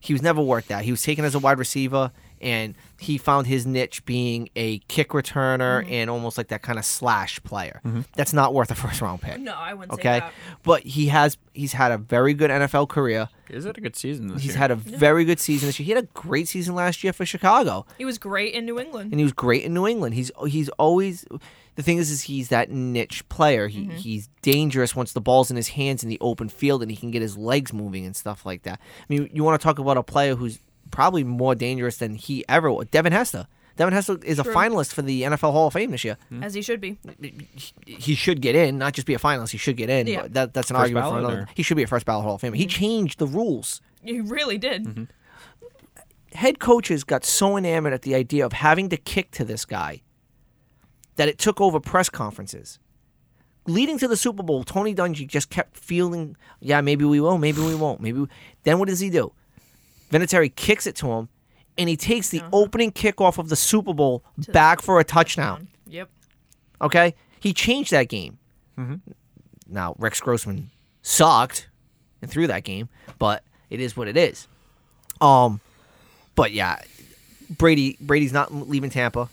S1: he was never worth that. He was taken as a wide receiver, and he found his niche being a kick returner
S3: Mm-hmm.
S1: and almost like that kind of slash player. That's not worth a first round pick.
S3: no, I wouldn't say
S1: Okay,
S3: that.
S1: but he has he's had a very good NFL career.
S2: Is it a good season this
S1: He's had a very good season this year. He had a great season last year for Chicago
S3: He was great in New England.
S1: and he was great in New England. He's he's always the thing is is he's that niche player. He
S2: Mm-hmm.
S1: he's dangerous once the ball's in his hands in the open field and he can get his legs moving and stuff like that. I mean, you want to talk about a player who's probably more dangerous than he ever was. Devin Hester. Devin Hester is a
S3: True.
S1: finalist for the NFL Hall of Fame this year.
S3: As he should be.
S1: He should get in, not just be a finalist. He should get in.
S3: Yeah.
S1: But that, that's an
S2: First
S1: argument for
S2: ballot,
S1: another.
S2: or- Mm-hmm.
S1: He should be a first ballot Hall of Famer. He changed the rules
S3: He really did.
S1: Mm-hmm. head coaches got so enamored at the idea of having to kick to this guy that it took over press conferences. Leading to the Super Bowl, Tony Dungy just kept feeling, yeah, maybe we will, maybe we won't, maybe. We... Then what does he do? Vinatieri kicks it to him, and he takes the opening kickoff of the Super Bowl back for a touchdown.
S3: Yep.
S1: Okay, he changed that game.
S2: Mm-hmm.
S1: Now Rex Grossman sucked and threw that game, but it is what it is. Um, but yeah, Brady Brady's not leaving Tampa.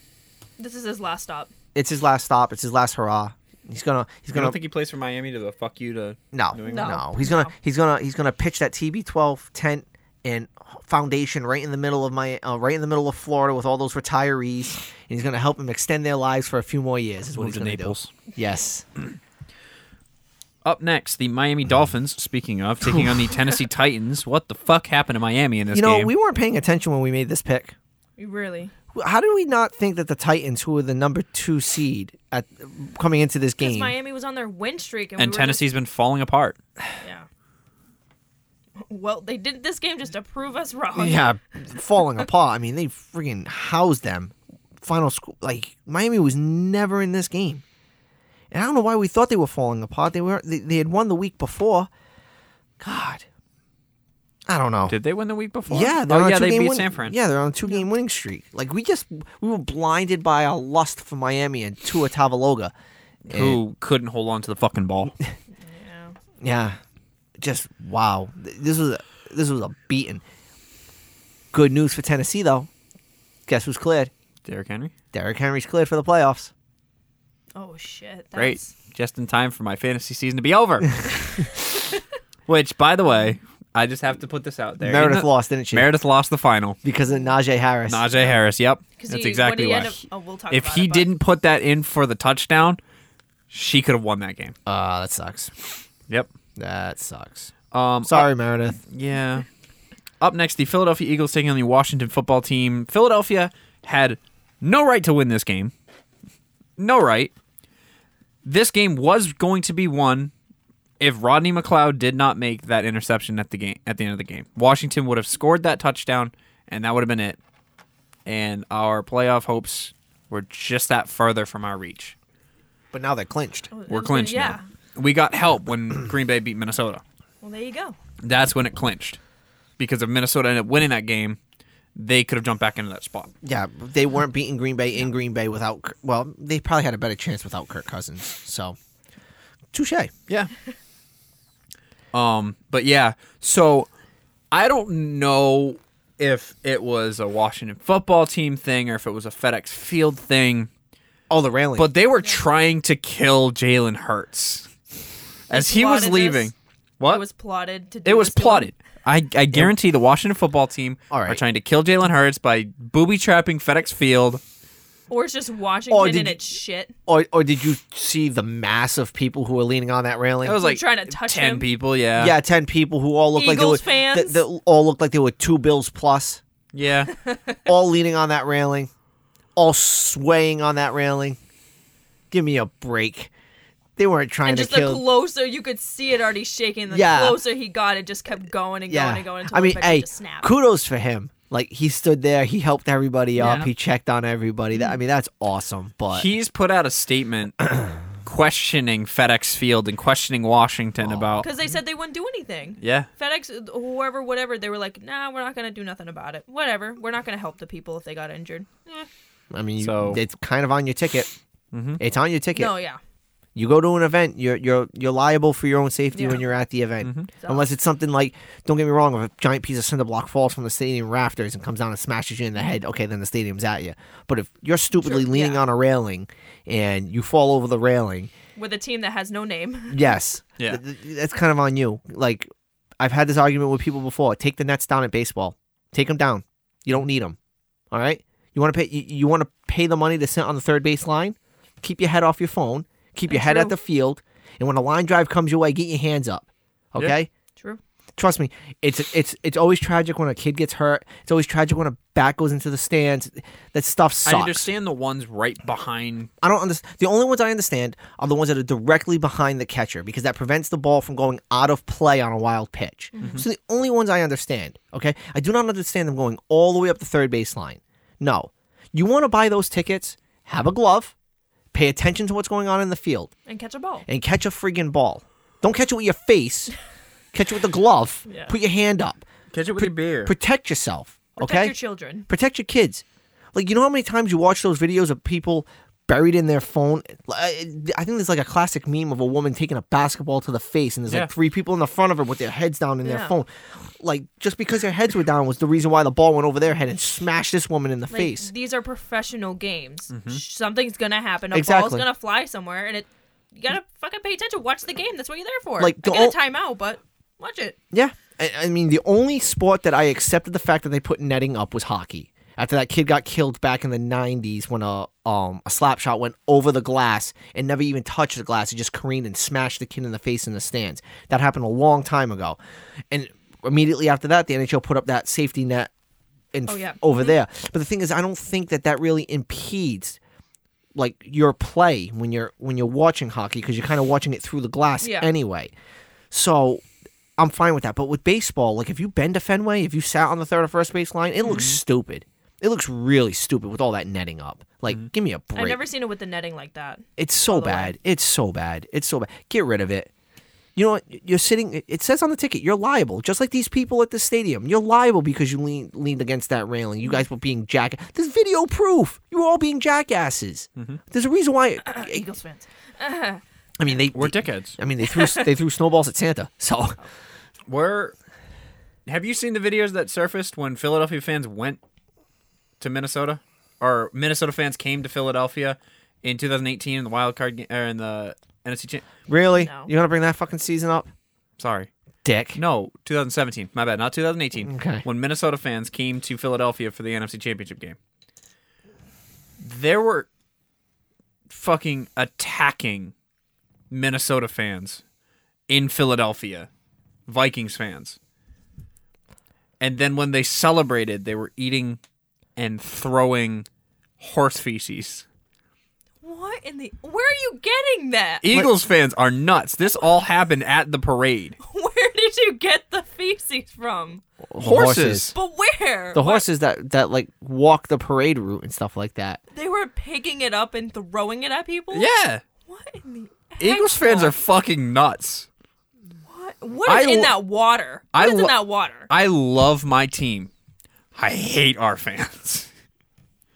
S3: This is his last stop.
S1: It's his last stop. It's his last hurrah. He's gonna he's
S2: I
S1: gonna
S2: don't think he plays for Miami to the fuck you to
S1: no,
S2: New
S1: no
S2: England?
S3: No.
S1: he's gonna
S3: No.
S1: he's gonna he's gonna pitch that TB12 tent and foundation right in the middle of my uh, right in the middle of Florida with all those retirees, and he's gonna help them extend their lives for a few more years. Is what
S2: Move
S1: he's
S2: to
S1: gonna
S2: Naples.
S1: do. Yes.
S2: Up next, the Miami Dolphins. Speaking of taking on the Tennessee Titans, what the fuck happened to Miami in this
S1: You know,
S2: game?
S1: we weren't paying attention when we made this pick.
S3: Really?
S1: How do we not think that the Titans, who were the number two seed at coming into this
S3: Because
S1: game,
S3: Miami was on their win streak, and, we
S2: and
S3: were
S2: Tennessee's been falling apart.
S3: Just, yeah. Well, they did this game just to prove us wrong.
S1: yeah, falling apart? I mean, they friggin' housed them. Final school, like Miami was never in this game, and I don't know why we thought they were falling apart. They were they, they had won the week before. God, I don't know.
S2: Did they win the week before?
S1: Yeah, they're
S2: oh
S1: on
S2: yeah,
S1: a two
S2: they
S1: game
S2: beat
S1: win-
S2: San Fran.
S1: Yeah, they're on a two game winning streak. Like we just we were blinded by our lust for Miami and Tua Tavaloga.
S2: who couldn't hold on to the fucking ball.
S3: Yeah.
S1: Yeah, just wow. Th- This was a, this was a beating. Good news for Tennessee though. Guess who's cleared?
S2: Derrick Henry.
S1: Derrick Henry's cleared for the playoffs.
S3: Oh shit. That's,
S2: Great. Just in time for my fantasy season to be over. Which, by the way, I just have to put this out there.
S1: Meredith
S2: In the-
S1: lost, didn't she?
S2: Meredith lost the final.
S1: because of Najee Harris.
S2: Najee Harris. Yep.
S3: 'Cause
S2: That's
S3: he-
S2: exactly
S3: what
S2: why.
S3: he end up- oh, we'll talk
S2: if
S3: about
S2: he
S3: it, but-
S2: didn't put that in for the touchdown, she could have won that game.
S1: Uh, that sucks.
S2: Yep.
S1: That sucks.
S2: Um,
S1: Sorry, Meredith.
S2: Yeah. Up next, the Philadelphia Eagles taking on the Washington football team. Philadelphia had no right to win this game. No right. This game was going to be won if Rodney McLeod did not make that interception at the game at the end of the game. Washington would have scored that touchdown and that would have been it. And our playoff hopes were just that further from our reach.
S1: But now they're clinched.
S3: Oh, that
S2: We're
S3: was good.
S2: clinched
S3: Yeah.
S2: now. We got help when Green Bay beat Minnesota
S3: Well, there you go.
S2: that's when it clinched. Because if Minnesota ended up winning that game, they could have jumped back into that spot.
S1: Yeah, they weren't beating Green Bay in Green Bay without. Kirk- Well, they probably had a better chance without Kirk Cousins. So, touche.
S2: Yeah. um, but yeah, so I don't know if it was a Washington football team thing or if it was a FedEx Field thing,
S1: Oh, the railing.
S2: but they were trying to kill Jalen Hurts as he was
S3: plotted this.
S2: leaving. What?
S3: It was plotted to. Do
S2: It was
S3: this to him.
S2: plotted. I, I guarantee the Washington football team
S1: All
S2: are
S1: right.
S2: trying to kill Jalen Hurts by booby trapping FedEx Field.
S3: Or it's just Washington
S1: Oh, did
S3: and
S1: you-
S3: it's shit.
S1: or, or did you see the mass of people who were leaning on that railing?
S2: It was
S3: Were you
S2: like
S3: trying to touch
S2: ten
S3: him?
S2: people. Yeah,
S1: yeah, ten people who all looked
S3: Uh,
S1: like
S3: Eagles
S1: they were,
S3: fans?
S1: that- that all looked like they were two bills plus,
S2: yeah.
S1: all leaning on that railing, all swaying on that railing. Give me a break. They weren't trying
S3: And just
S1: to kill.
S3: the closer you could see it already shaking, the
S1: Yeah.
S3: closer he got, it just kept going and
S1: yeah,
S3: going and going until
S1: I mean,
S3: eventually
S1: hey,
S3: just snapped.
S1: kudos for him. Like he stood there, he helped everybody
S2: Yeah.
S1: up, he checked on everybody. That, I mean, that's awesome. But
S2: He's put out a statement questioning FedEx Field and questioning Washington about.
S3: Because they said they wouldn't do anything.
S2: Yeah,
S3: FedEx, whoever, whatever, they were like, nah, we're not going to do nothing about it. Whatever. We're not going to help the people if they got injured. Eh.
S1: I mean, you-
S2: So- Mm-hmm.
S1: it's kind of on your ticket. It's on your ticket.
S3: No, yeah.
S1: You go to an event, you're you're you're liable for your own safety
S3: Yeah.
S1: when you're at the event,
S3: So-
S1: unless it's something like. Don't get me wrong. If a giant piece of cinder block falls from the stadium rafters and comes down and smashes you in the head, okay, then the stadium's at you. But if you're stupidly
S3: Mm-hmm. Sure,
S1: leaning
S3: yeah.
S1: on a railing and you fall over the railing,
S3: With a team that has no name.
S1: yes,
S2: Yeah.
S1: th- th- that's kind of on you. Like I've had this argument with people before. Take the nets down at baseball. Take them down. You don't need them. All right. You want to pay. You, you want to pay the money to sit on the third base line. Keep your head off your phone. Keep your
S3: That's
S1: head
S3: true.
S1: at the field. And when a line drive comes your way, get your hands up. Okay.
S3: True.
S1: Trust me. It's it's it's always tragic when a kid gets hurt. It's always tragic when a bat goes into the stands. That stuff sucks.
S2: I understand the ones right behind.
S1: I don't understand. The only ones I understand are the ones that are directly behind the catcher because that prevents the ball from going out of play on a wild pitch.
S3: Mm-hmm.
S1: So the only ones I understand, okay? I do not understand them going all the way up the third baseline. No. You want to buy those tickets, have a glove, pay attention to what's going on in the field,
S3: And catch a ball.
S1: and catch a friggin' ball. Don't catch it with your face, catch it with the glove.
S3: Yeah.
S1: Put your hand up.
S2: Catch it with your beer.
S1: Protect yourself,
S3: Protect
S1: okay?
S3: your children.
S1: protect your kids. Like you know how many times you watch those videos of people buried in their phone. I I think there's like a classic meme of a woman taking a basketball to the face, and there's
S2: Yeah.
S1: like three people in the front of her with their heads down in
S3: Yeah.
S1: their phone. Like just because their heads were down was the reason why the ball went over their head and smashed this woman in the
S3: Like,
S1: face. Mm-hmm.
S3: These are professional games. Something's going to happen. A ball's
S1: Exactly.
S3: going to fly somewhere. And it you got to fucking pay attention. Watch the game. That's what you're there for.
S1: Like,
S3: I
S1: the
S3: get
S1: ol-
S3: a timeout, but watch it.
S1: Yeah, I, I mean the only sport that I accepted the fact that they put netting up was hockey. After that kid got killed back in the '90s when a um a slap shot went over the glass and never even touched the glass, it just careened and smashed the kid in the face in the stands. That happened a long time ago, and immediately after that, the NHL put up that safety net and
S3: Oh, yeah.
S1: over there. But the thing is, I don't think that that really impedes like your play when you're when you're watching hockey because you're kind of watching it through the glass
S3: Yeah.
S1: anyway. So I'm fine with that. But with baseball, like if you've been to Fenway, if you sat on the third or first base line, it looks stupid. It looks really stupid with all that netting up. Like, give me a break.
S3: I've never seen it with the netting like that.
S1: It's so
S3: the way.
S1: bad. It's so bad. It's so bad. Get rid of it. You know what? You're sitting. It says on the ticket, you're liable. Just like these people at the stadium, you're liable because you lean, leaned against that railing. You guys were being jack. There's video proof. You were all being jackasses. There's a reason why.
S3: Eagles fans.
S1: I mean, they.
S2: We're dickheads.
S1: I mean, they threw they threw snowballs at Santa.
S3: Oh,
S1: So
S2: We're. Have you seen the videos that surfaced when Philadelphia fans went to Minnesota, or Minnesota fans came to Philadelphia in 2018 in the wild card game, or in the NFC? Cha-
S1: really,
S3: No.
S1: you want to bring that fucking season up,
S2: Sorry,
S1: Dick?
S2: no, 2017. My bad, not 2018.
S1: Okay.
S2: When Minnesota fans came to Philadelphia for the NFC Championship game, there were fucking attacking Minnesota fans in Philadelphia, Vikings fans. And then when they celebrated, they were eating and throwing horse feces.
S3: What in the? Where are you getting that?
S2: Eagles fans are nuts. This all happened at the parade.
S3: Where did you get the feces from?
S2: Horses.
S3: But where?
S1: The horses that that like walk the parade route and stuff like that.
S3: they were picking it up and throwing it at people.
S2: Yeah.
S3: What in the? heck,
S2: Eagles fans are
S3: Paul?
S2: fucking nuts.
S3: What, what is
S2: I
S3: in
S2: lo-
S3: that water?
S2: I
S3: What is in
S2: lo-
S3: that water?
S2: I love my team. I hate our fans.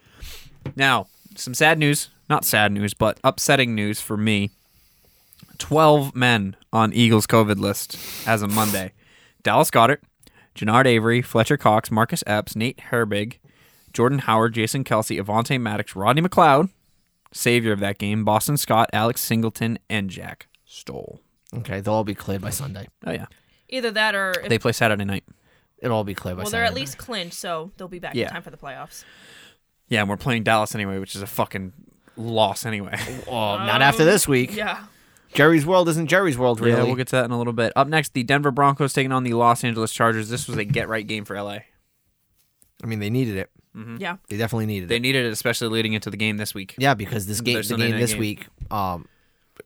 S2: now, some sad news. Not sad news, but upsetting news for me. 12 men on Eagles COVID list as of Monday. Dallas Goddard, Jannard Avery, Fletcher Cox, Marcus Epps, Nate Herbig, Jordan Howard, Jason Kelsey, Avante Maddox, Rodney McLeod, savior of that game, Boston Scott, Alex Singleton, and Jack Stoll.
S1: Okay, they'll all be cleared by Sunday.
S2: Oh, yeah.
S3: Either that or if,
S2: They play Saturday night.
S1: It'll all be cleared by
S3: well,
S1: Sunday.
S3: they're at
S1: night.
S3: least clinched, so they'll be back
S2: Yeah.
S3: in time for the playoffs.
S2: Yeah, and we're playing Dallas anyway, which is a fucking loss anyway.
S1: Oh, not after this week.
S3: Um, Yeah.
S1: Jerry's World isn't Jerry's World, really.
S2: Yeah, we'll get to that in a little bit. Up next, the Denver Broncos taking on the Los Angeles Chargers. This was a get right game for LA.
S1: I mean, they needed it.
S3: Yeah.
S1: They definitely needed
S2: They
S1: it.
S2: needed it, especially leading into the game this week.
S1: Yeah, because this game,
S2: Their
S1: the
S2: Sunday
S1: game
S2: night
S1: this
S2: game.
S1: week, um,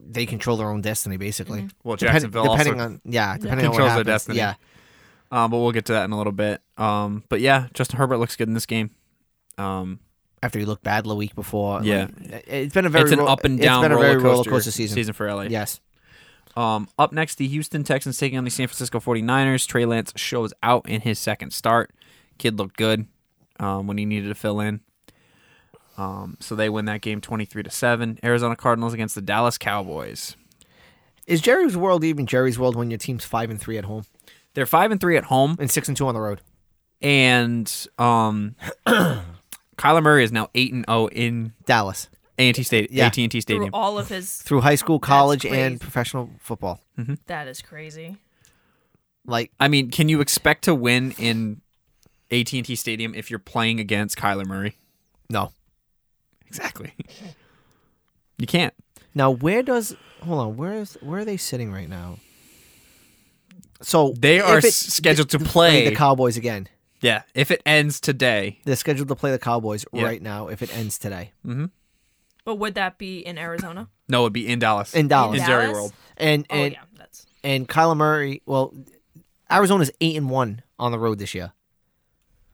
S1: they control their own destiny basically.
S3: Mm-hmm.
S2: Well,
S1: Depend-
S2: Jacksonville
S1: depending
S2: also
S1: on yeah, depending on what
S2: controls their
S1: happens.
S2: destiny.
S1: Yeah,
S2: Um, but we'll get to that in a little bit. Um, but yeah, Justin Herbert looks good in this game. Um,
S1: after you look bad the week before. like,
S2: Yeah.
S1: it's been a very
S2: it's an
S1: ro-
S2: up and
S1: It's
S2: down
S1: been a
S2: roller,
S1: very
S2: coaster
S1: roller coaster season.
S2: for LA.
S1: Yes,
S2: Um, up next, the Houston Texans taking on the San Francisco 49ers. Trey Lance shows out in his second start. Kid looked good um, when he needed to fill in. Um, so they win that game 23 to 7. Arizona Cardinals against the Dallas Cowboys.
S1: is Jerry's World even Jerry's World when your team's five and three at home
S2: They're 5 and 3 at home
S1: and six and two on the road?
S2: and um Kyler Murray is now 8 and 0 in
S1: Dallas
S2: AT&T Stadium.
S1: Yeah.
S2: AT&T
S3: Through
S2: Stadium.
S3: all of his,
S1: through high school, college,
S3: crazy.
S1: and professional football.
S3: that is crazy.
S1: Like
S2: I mean, can you expect to win in AT&T Stadium if you're playing against Kyler Murray?
S1: no.
S2: Exactly. you can't.
S1: Now where does hold on? Where is where are they sitting right now? So
S2: They
S1: if
S2: are
S1: it-
S2: s- scheduled to
S1: play
S2: play.
S1: the Cowboys again.
S2: yeah, if it ends today,
S1: They're scheduled to play the Cowboys
S2: Yeah.
S1: right now if it ends today
S3: But would that be in Arizona?
S2: no, it'd be in Dallas.
S1: in Dallas.
S2: In Jerry
S3: Dallas?
S2: World.
S1: And
S3: Oh
S1: and
S3: yeah, that's
S1: and Kyler Murray. Well, Arizona's eight and one on the road this year.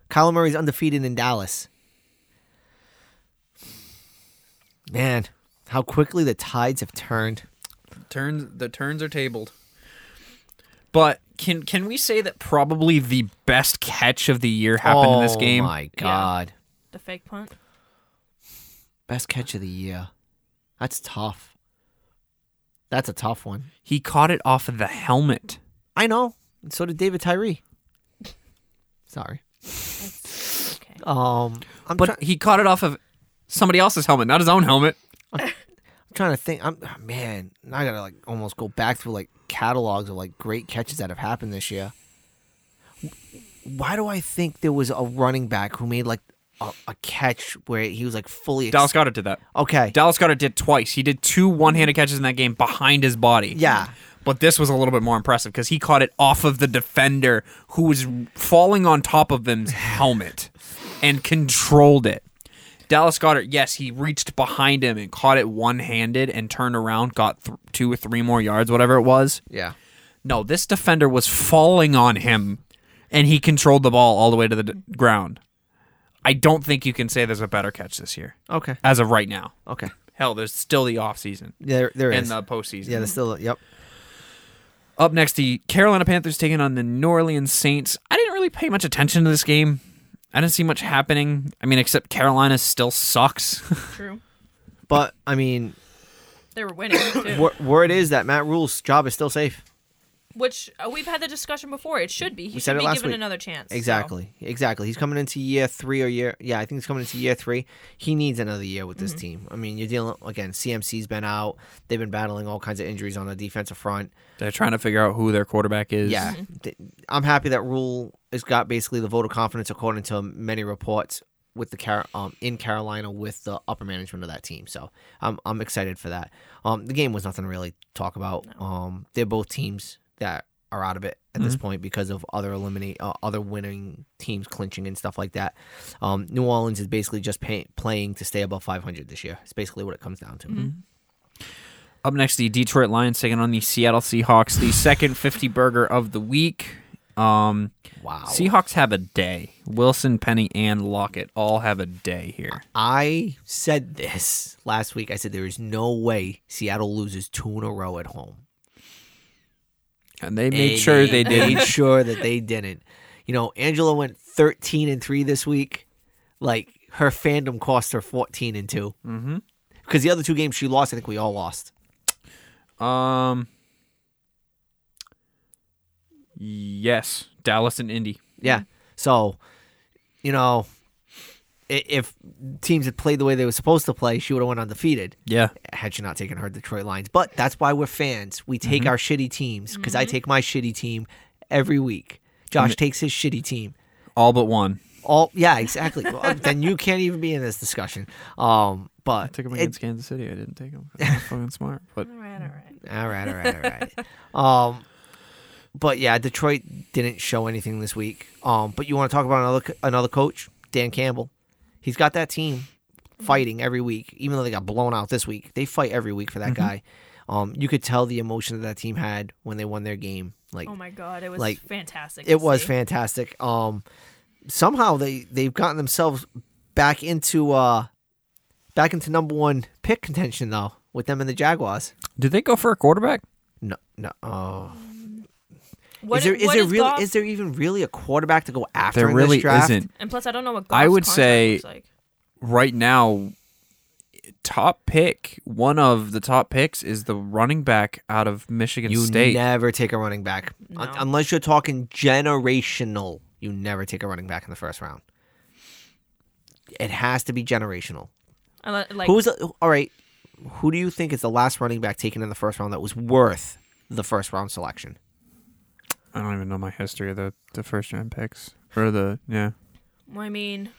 S1: Kyler Murray's undefeated in Dallas. Man, how quickly the tides have turned.
S2: turns the turns are tabled. But can can we say that probably the best catch of the year happened in this
S1: Oh
S2: game?
S1: my God,
S3: the fake punt.
S1: best catch of the year. That's tough. That's a tough one.
S2: He caught it off of the helmet.
S1: I know. And so did David Tyree. Sorry.
S3: Okay.
S1: Um, I'm,
S2: But
S1: try-
S2: he caught it off of somebody else's helmet, not his own helmet.
S1: I'm trying to think. I'm oh, man. now I gotta like almost go back through like catalogs of like great catches that have happened this year. Why do I think there was a running back who made like a, a catch where he was like fully. ex-
S2: Dallas Goddard did that.
S1: okay.
S2: Dallas Goddard did twice. He did two one-handed catches in that game behind his body.
S1: Yeah.
S2: But this was a little bit more impressive because he caught it off of the defender who was falling on top of him's helmet and controlled it. Dallas Goddard, yes, he reached behind him and caught it one-handed and turned around, got th- two or three more yards, whatever it was.
S1: yeah.
S2: No, this defender was falling on him and he controlled the ball all the way to the d- ground. I don't think you can say there's a better catch this year
S1: Okay.
S2: as of right now.
S1: Okay.
S2: Hell, there's still the offseason
S1: There, there
S2: and
S1: is.
S2: the postseason.
S1: yeah, there's still. Yep.
S2: Up next, the Carolina Panthers taking on the New Orleans Saints. I didn't really pay much attention to this game. I didn't see much happening. I mean, except Carolina still sucks.
S3: True.
S1: But I mean,
S3: They were winning too.
S1: wor- word is that Matt Rule's job is still safe.
S3: Which uh, we've had the discussion before. It should be. He
S1: We
S3: should
S1: said it
S3: be
S1: last
S3: given
S1: week.
S3: another chance. so.
S1: Exactly. Exactly. He's coming into year three or year. Yeah, I think he's coming into year three. He needs another year with this team. I mean, you're dealing again. CMC's been out. They've been battling all kinds of injuries on the defensive front.
S2: They're trying to figure out who their quarterback is.
S1: Yeah, Th- I'm happy that Rule has got basically the vote of confidence, according to many reports, with the Car- um, in Carolina with the upper management of that team. So I'm I'm excited for that. Um, the game was nothing to really talk about. Um, they're both teams that are out of it at this point because of other eliminate uh, other winning teams clinching and stuff like that. Um, New Orleans is basically just pay- playing to stay above 500 this year. It's basically what it comes down to.
S2: Up next, the Detroit Lions taking on the Seattle Seahawks, the second 50 burger of the week. Um,
S1: Wow.
S2: Seahawks have a day. Wilson, Penny, and Lockett all have a day here.
S1: I said this last week. I said there is no way Seattle loses two in a row at home.
S2: And they made sure they did.
S1: Made sure that they didn't. You know, Angela went thirteen and three this week. Like her fandom cost her fourteen and 2 Mm-hmm. Because the other two games she lost, I think we all lost.
S2: Um. Yes, Dallas and Indy.
S1: Yeah. So, you know, i- if teams had played the way they were supposed to play, she would have went undefeated.
S2: Yeah.
S1: had she not taken her Detroit Lions. But that's why we're fans. We take
S2: Mm-hmm.
S1: our shitty teams because I take my shitty team every week. Josh takes his shitty team.
S2: All but one.
S1: All yeah, exactly. Well, then you can't even be in this discussion. Um, but
S2: I took him
S1: it-
S2: against Kansas City. I didn't take him. I'm fucking smart. But
S3: All right. All right.
S1: all right, all right, all right. um, but yeah, Detroit didn't show anything this week. Um, but you want to talk about another co- another coach, Dan Campbell. He's got that team fighting every week, even though they got blown out this week. They fight every week for that
S3: Mm-hmm.
S1: guy. Um, you could tell the emotion that that team had when they won their game. Like
S3: Oh my god, it was
S1: Like,
S3: fantastic. to
S1: it was
S3: see.
S1: fantastic. Um, somehow they they've gotten themselves back into uh, back into number one pick contention though with them and the Jaguars.
S2: did they go for a quarterback?
S1: No, no. Oh.
S3: What
S1: is there
S3: i-
S1: is
S3: what
S1: there really
S3: Goff-
S1: is there even really a quarterback to go after?
S2: there
S1: in this
S2: really
S1: draft?
S2: isn't.
S3: And plus, I don't know what.
S2: I
S3: Goff's
S2: would
S3: contract
S2: say-
S3: looks like.
S2: Right now, top pick. One of the top picks is the running back out of Michigan
S1: You
S2: State.
S1: never take a running back Un-
S3: No.
S1: unless you're talking generational. You never take a running back in the first round. It has to be generational.
S3: I li- like
S1: Who was the, all right? Who do you think is the last running back taken in the first round that was worth the first round selection?
S2: I don't even know my history of the the first round picks or the yeah.
S3: I mean,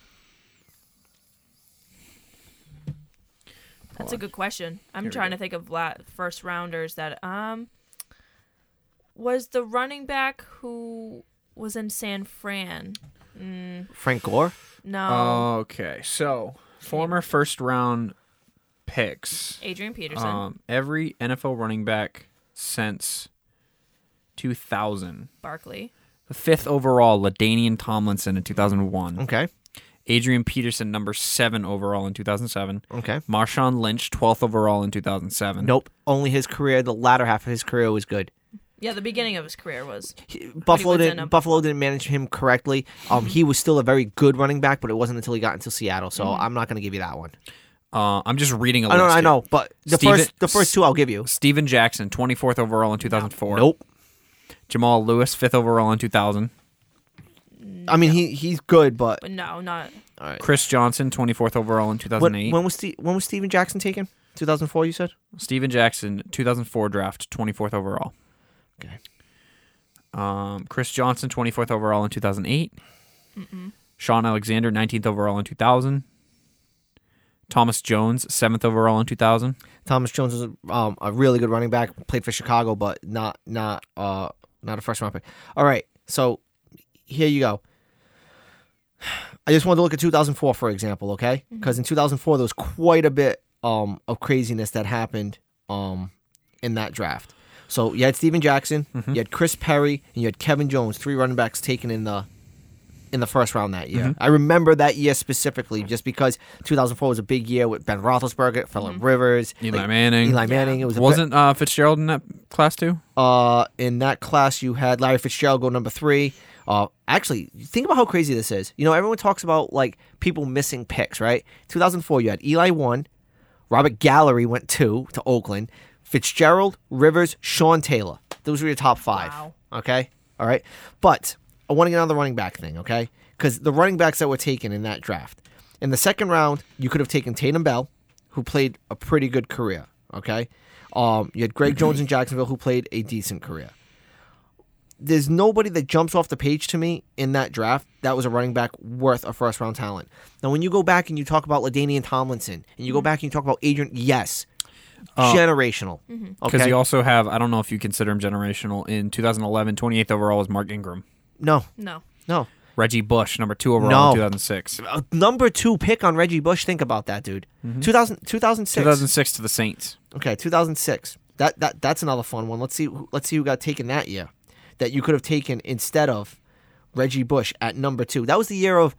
S3: that's a good question. I'm trying to think of la- first rounders that um was the running back who was in San Fran. Mm,
S1: Frank Gore.
S3: no,
S2: Uh, Okay, so former first round picks.
S3: Adrian Peterson.
S2: Um, every NFL running back since 2000.
S3: Barkley.
S2: The fifth overall, Ladanian Tomlinson in 2001.
S1: Okay.
S2: Adrian Peterson, number seven overall in 2007.
S1: Okay.
S2: Marshawn Lynch, 12th overall in 2007.
S1: Nope. Only his career, the latter half of his career was good.
S3: Yeah, the beginning of his career was.
S1: He- Buffalo
S3: was in
S1: didn't
S3: a-
S1: Buffalo didn't manage him correctly. Um, he was still a very good running back, but it wasn't until he got into Seattle. So
S3: Mm-hmm.
S1: I'm not going to give you that one.
S2: Uh, I'm just reading a
S1: I
S2: list.
S1: know, I
S2: here.
S1: know, but the
S2: Steven-
S1: first the first two I'll give you.
S2: Steven Jackson, 24th overall in 2004.
S1: Nope.
S2: Jamal Lewis, fifth overall in 2000.
S1: I mean, he he's good, but
S3: But no, not.
S2: Chris Johnson, 24th overall
S1: when,
S2: in 2008.
S1: when was Ste- when was Steven Jackson taken? 2004, you said.
S2: Steven Jackson, 2004 draft, 24th overall.
S1: Okay.
S2: Um, Chris Johnson, 24th overall in 2008. Sean Alexander, 19th overall in 2000. Thomas Jones, 7th overall in 2000.
S1: Thomas Jones was um, a really good running back. Played for Chicago, but not not uh, not a first round pick. All right, so here you go. I just wanted to look at 2004 for example, okay?
S2: Mm-hmm.
S1: Because in 2004 there was quite a bit um, of craziness that happened um, in that draft. So you had Steven Jackson,
S2: Mm-hmm.
S1: you had Chris Perry, and you had Kevin Jones, three running backs taken in the in the first round that year.
S2: Mm-hmm.
S1: I remember that year specifically just because 2004 was a big year with Ben Roethlisberger, Phillip Rivers,
S2: Mm-hmm. Eli
S1: like,
S2: Manning.
S1: Eli Manning. It was a bit-
S2: Wasn't uh, Fitzgerald in that class too?
S1: uh, in that class, you had Larry Fitzgerald go number three. Uh, actually, think about how crazy this is. You know, everyone talks about like people missing picks, right? 2004, you had Eli one, Robert Gallery went two to Oakland, Fitzgerald, Rivers, Sean Taylor. Those were your top five.
S3: Wow.
S1: Okay, all right. But I want to get on the running back thing, okay? Because the running backs that were taken in that draft in the second round, you could have taken Tatum Bell, who played a pretty good career. Okay, um, you had Greg Jones in Jacksonville, who played a decent career there's nobody that jumps off the page to me in that draft that was a running back worth a first round talent. Now, when you go back and you talk about Ladainian Tomlinson, and you go back and you talk about Adrian, yes, generational.
S2: Because
S1: Okay,
S2: you also have, I don't know if you consider him generational, in 2011, 28th overall was Mark Ingram.
S1: no,
S3: No.
S1: no.
S2: Reggie Bush, number two overall in
S1: No.
S2: 2006.
S1: A number two pick on Reggie Bush. Think about that, dude. 2000, 2006.
S2: 2006 to the Saints.
S1: Okay, 2006. That that that's another fun one. Let's see who- let's see who got taken that year that you could have taken instead of Reggie Bush at number 2. That was the year of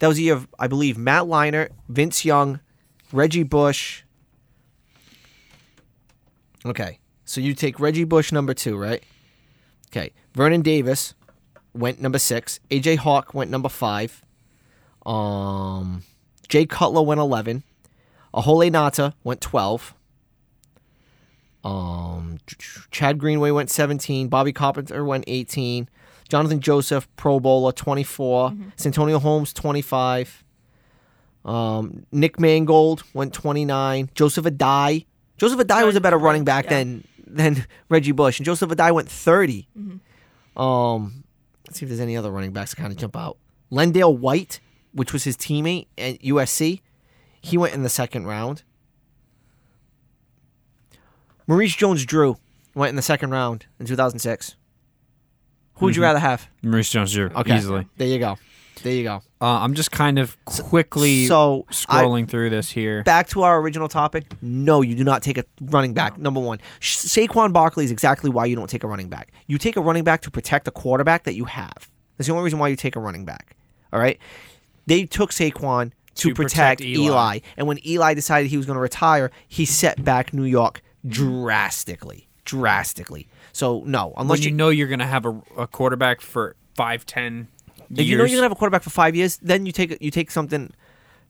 S1: that was the year of I believe Matt Leinart, Vince Young, Reggie Bush. Okay. So you take Reggie Bush number 2, right? Okay. Vernon Davis went number 6. AJ Hawk went number 5. Um Jay Cutler went 11. Ahole Nata went 12. Um, Ch- Ch- Chad Greenway went 17. Bobby Carpenter went 18. Jonathan Joseph, Pro Bowler, 24. Santonio Holmes, 25. Um, Nick Mangold went 29. Joseph Adai. Joseph Adai was a better running back
S3: Yeah.
S1: than than Reggie Bush. And Joseph Adai went 30. Um, let's see if there's any other running backs that kind of jump out. Lendale White, which was his teammate at USC, he went in the second round. Maurice Jones-Drew went in the second round in 2006. Who would you rather have?
S2: Maurice Jones-Drew, easily.
S1: There you go. There you go.
S2: Uh, I'm just kind of quickly
S1: so, I-
S2: scrolling through this here.
S1: Back to our original topic. No, you do not take a running back. Number one, Sh- Saquon Barkley is exactly why you don't take a running back. You take a running back to protect the quarterback that you have. That's the only reason why you take a running back. All right. They took Saquon to,
S2: To
S1: protect,
S2: protect Eli.
S1: Eli. And when Eli decided he was going to retire, he set back New York drastically. Drastically. So, no,
S2: When
S1: unless
S2: you
S1: you,
S2: know you're going to have a, a quarterback for five, ten years.
S1: If you know you're gonna have a quarterback for five years, then you take you take something.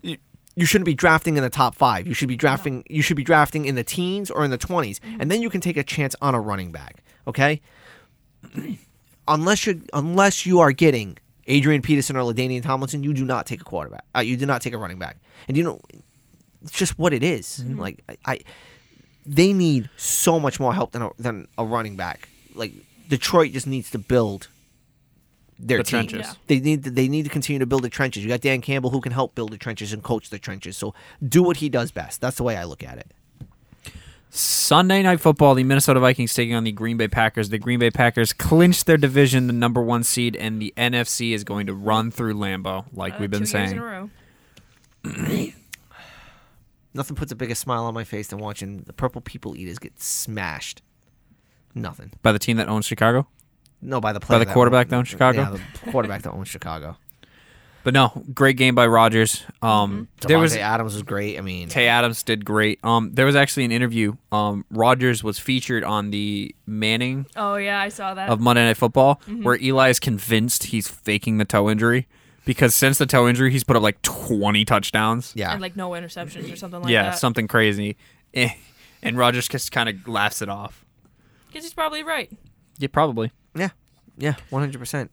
S1: You, you shouldn't be drafting in the top five. You should be drafting. You should be drafting in the teens or in the 20s and then you can take a chance on a running back. Okay, unless you unless you are getting Adrian Peterson or Ladainian Tomlinson, you do not take a quarterback. Uh, you do not take a running back, and you know it's just what it is.
S3: Mm-hmm.
S1: Like I, I, they need so much more help than a, than a running back. Like Detroit just needs to build their
S2: The
S1: team.
S2: trenches. Yeah.
S1: They need to, they need to continue to build the trenches. You got Dan Campbell who can help build the trenches and coach the trenches. So do what he does best. That's the way I look at it.
S2: Sunday night football, the Minnesota Vikings taking on the Green Bay Packers. The Green Bay Packers clinched their division, the number one seed, and the NFC is going to run through Lambeau, like
S3: Uh,
S2: we've been
S3: two years in
S2: saying.
S3: a row.
S1: Nothing puts a bigger smile on my face than watching the purple people eaters get smashed. Nothing.
S2: By the team that owns Chicago.
S1: No, by the player
S2: the
S1: that
S2: quarterback
S1: owned-
S2: down in Chicago?
S1: Yeah, the quarterback that owns Chicago.
S2: But no, great game by Rodgers. Um,
S1: There
S2: There was
S1: Mm-hmm. Adams was great. I mean,
S2: Tay Adams did great. Um, there was actually an interview. Um, Rodgers was featured on the Manning
S3: Oh yeah, I saw that.
S2: of Monday Night Football, where Eli is convinced he's faking the toe injury because since the toe injury, he's put up like twenty touchdowns.
S1: yeah.
S3: And like no interceptions or something like
S2: yeah,
S3: that.
S2: something crazy. Eh. And Rogers just kind of laughs it off.
S3: Because he's probably right.
S2: Yeah, probably.
S1: Yeah, yeah, one hundred percent.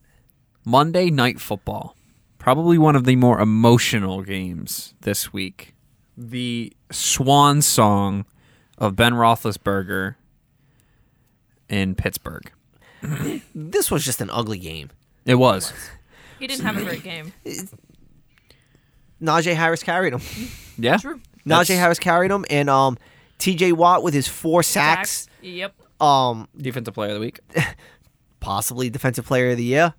S2: Monday Night Football. Probably one of the more emotional games this week. The swan song of Ben Roethlisberger in Pittsburgh.
S1: This was just an ugly game.
S2: It was.
S3: He didn't have a great game.
S1: Najee Harris carried him.
S2: Yeah.
S3: True.
S2: That's-
S1: Najee Harris carried him, and um, T.J. Watt with his four sacks,
S3: Facts. Yep.
S1: um,
S2: Defensive player of the week.
S1: possibly defensive player of the year.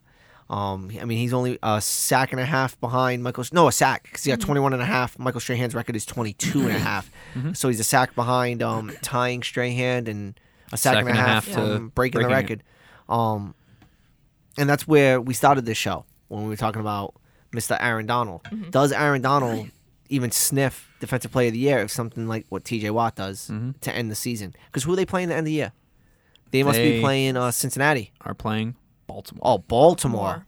S1: Um, I mean, he's only a sack and a half behind Michael. No, a sack because he got 21 and a half. Michael Strahan's record is 22 and a half. So he's a sack behind, um, tying Strahan and a sack, and, a half,
S2: to
S1: from breaking, the
S2: breaking it.
S1: record. Um, and that's where we started this show when we were talking about Mr. Aaron Donald. Does Aaron Donald even sniff defensive player of the year if something like what TJ Watt does to end the season? Because who are they playing the end of the year? They must
S2: They-
S1: be playing uh, Cincinnati.
S2: Are playing Baltimore.
S1: Oh, Baltimore.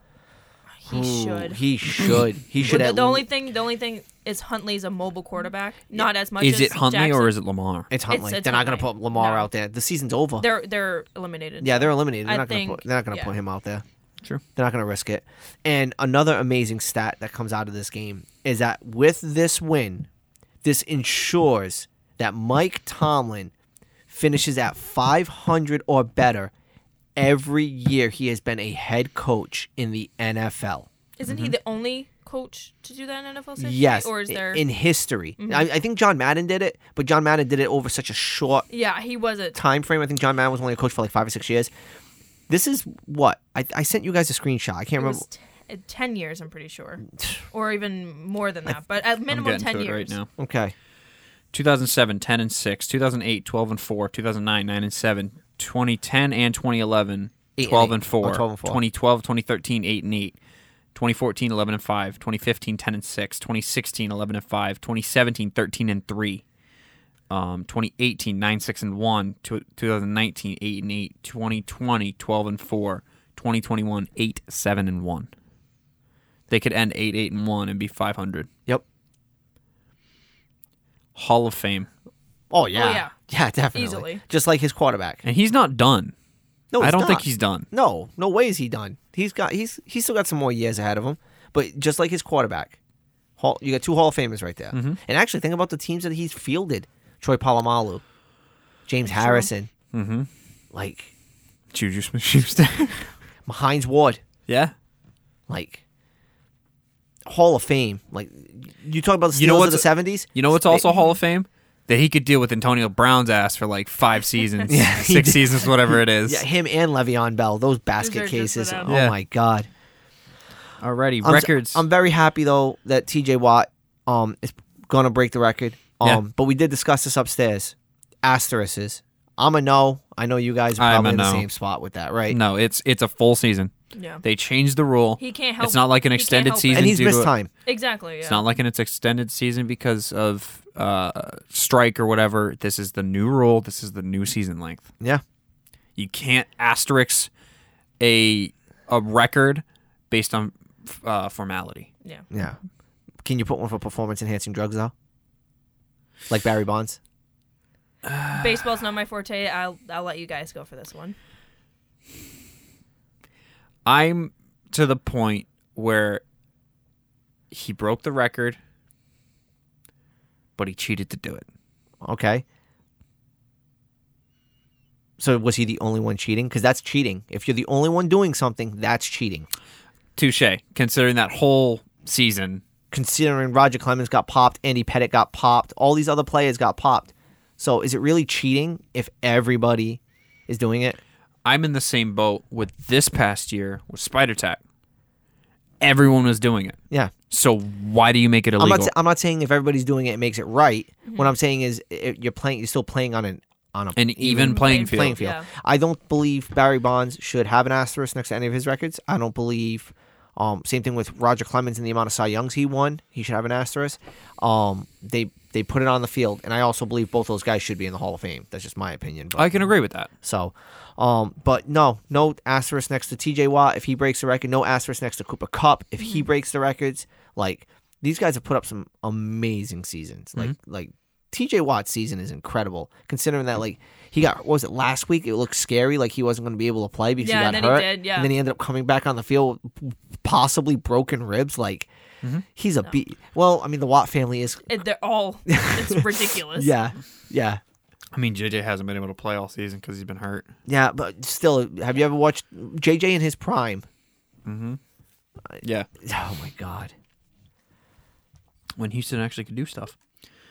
S3: He
S1: Ooh,
S3: should.
S1: He should. He should.
S3: But the,
S1: at
S3: the only
S1: l-
S3: thing, the only thing is Huntley's a mobile quarterback. Not as much.
S2: Is
S3: as
S2: it Huntley
S3: Jackson.
S2: or is it Lamar?
S1: it's Huntley.
S3: it's
S1: they're not going to
S3: Huntley.
S1: put Lamar
S3: No.
S1: out there. The season's over.
S3: They're they're eliminated.
S1: yeah, they're eliminated. They're
S3: I
S1: not going to
S3: think-
S1: put. They're not going to
S3: yeah.
S1: put him out there.
S2: True.
S1: They're not going to risk it. And another amazing stat that comes out of this game is that with this win, this ensures that Mike Tomlin finishes at 500 or better every year he has been a head coach in the NFL.
S3: Isn't he the only coach to do that in NFL history?
S1: Mm-hmm. Yes,
S3: Or is
S1: i-
S3: there? Mm-hmm.
S1: in history? I, I think John Madden did it, but John Madden did it over such a short
S3: yeah, he was a.
S1: time frame. I think John Madden was only a coach for like five or six years. This is what I, I sent you guys a screenshot. I
S3: It
S1: can't remember.
S3: was t- uh, ten years, I'm pretty sure, or even more than that. But at
S2: I'm
S3: minimum
S2: getting
S3: ten
S2: to it
S3: years.
S2: right now.
S1: Okay,
S2: 2007, 10 and 6. 2008, 12 and 4. 2009, 9 and 7. 2010 and 2011,
S1: Eight and
S2: 12
S1: eight.
S2: and 4.
S1: Oh, 12 and four.
S2: 2012, 2013, 8 and 8. 2014, 11 and 5. 2015, 10 and 6. 2016, 11 and 5. 2017, 13 and 3. Um, 2018, 9, 6 and 1. Tw- 2019, 8 and 8. 2020, 12 and 4. 2021, 8, 7 and 1. They could end 8, 8 and 1 and be 500.
S1: yep.
S2: Hall of Fame.
S1: Oh yeah,
S3: yeah.
S1: definitely.
S3: Easily.
S1: just like his quarterback.
S2: And he's not done.
S1: No,
S2: I
S1: he's
S2: don't think
S1: not.
S2: he's done.
S1: No, no way is he done. He's got he's he's still got some more years ahead of him. But just like his quarterback, Hall, you got two Hall of Famers right there.
S2: Mm-hmm.
S1: And actually, think about the teams that he's fielded: Troy Polamalu, James Harrison, mm-hmm. like
S2: Juju Smith Schuster.
S1: Heinz Ward.
S2: yeah.
S1: like Hall of Fame. Like you talk about the Steelers
S2: You know
S1: of
S2: what's-
S1: the seventies.
S2: You know what's also Hall of Fame? That he could deal with Antonio Brown's ass for like five seasons,
S1: he
S2: six
S1: did.
S2: seasons, whatever it is.
S1: Yeah, him and Le'Veon Bell. Those basket
S3: are just
S1: cases.
S3: for them.
S1: Oh
S2: Yeah.
S1: my god.
S2: Alrighty,
S1: I'm s-
S2: records.
S1: I'm very happy though that T.J. Watt um is gonna break the record. Um,
S2: Yeah.
S1: but we did discuss this upstairs. Asterisks. I'm a no. I know you guys are
S2: I'm a
S1: probably in the
S2: no.
S1: same spot with that, right?
S2: no, it's it's a full season.
S3: Yeah.
S2: They changed the rule.
S3: He can't help
S2: It's not like an
S3: he can't
S2: extended
S3: help it.
S2: season.
S1: And he's
S2: due to
S1: missed
S2: a-
S1: time.
S3: Exactly. Yeah.
S2: It's not like an extended season because of uh, strike or whatever. This is the new rule. This is the new season length.
S1: Yeah.
S2: You can't asterisk a a record based on f- uh, formality.
S3: yeah.
S1: Yeah. Can you put one for performance enhancing drugs though? Like Barry Bonds?
S3: Baseball's not my forte. I'll I'll let you guys go for this one.
S2: I'm to the point where he broke the record, but he cheated to do it.
S1: Okay. So was he the only one cheating? Because that's cheating. If you're the only one doing something, that's cheating.
S2: Touche. Considering that whole season,
S1: Considering Roger Clemens got popped, Andy Pettit got popped, all these other players got popped. So is it really cheating if everybody is doing it?
S2: I'm in the same boat with this past year with Spider Tack. Everyone was doing it.
S1: Yeah.
S2: So why do you make it
S1: I'm
S2: illegal?
S1: not. sa- I'm not saying if everybody's doing it, it makes it right. What I'm saying is i you're playing. You're still playing on an on a
S2: An even playing field.
S1: playing field.
S3: Yeah.
S1: I don't believe Barry Bonds should have an asterisk next to any of his records. I don't believe. Um, same thing with Roger Clemens and the amount of Cy Youngs he won. He should have an asterisk. Um, they they put it on the field, and I also believe both those guys should be in the Hall of Fame. That's just my opinion. But,
S2: I can agree with that.
S1: so, um, but no, no asterisk next to T.J. Watt if he breaks the record. No asterisk next to Cooper Cup if
S3: Mm-hmm.
S1: he breaks the records. Like these guys have put up some amazing seasons. Like
S3: Mm-hmm.
S1: like T.J. Watt's season is incredible considering that like he got what was it last week? It looked scary. Like he wasn't going to be able to play because
S3: Yeah,
S1: he
S3: and
S1: got
S3: then he
S1: hurt.
S3: did, yeah.
S1: And then he ended up coming back on the field, with possibly broken ribs. Like
S3: Mm-hmm.
S1: he's a beat. Well, I mean the Watt family is.
S3: It, they're all. It's ridiculous.
S1: Yeah, yeah.
S2: I mean, JJ hasn't been able to play all season because he's been hurt.
S1: Yeah, but still, have you ever watched JJ in his prime?
S2: Yeah.
S1: Oh my god.
S2: When Houston actually could do stuff.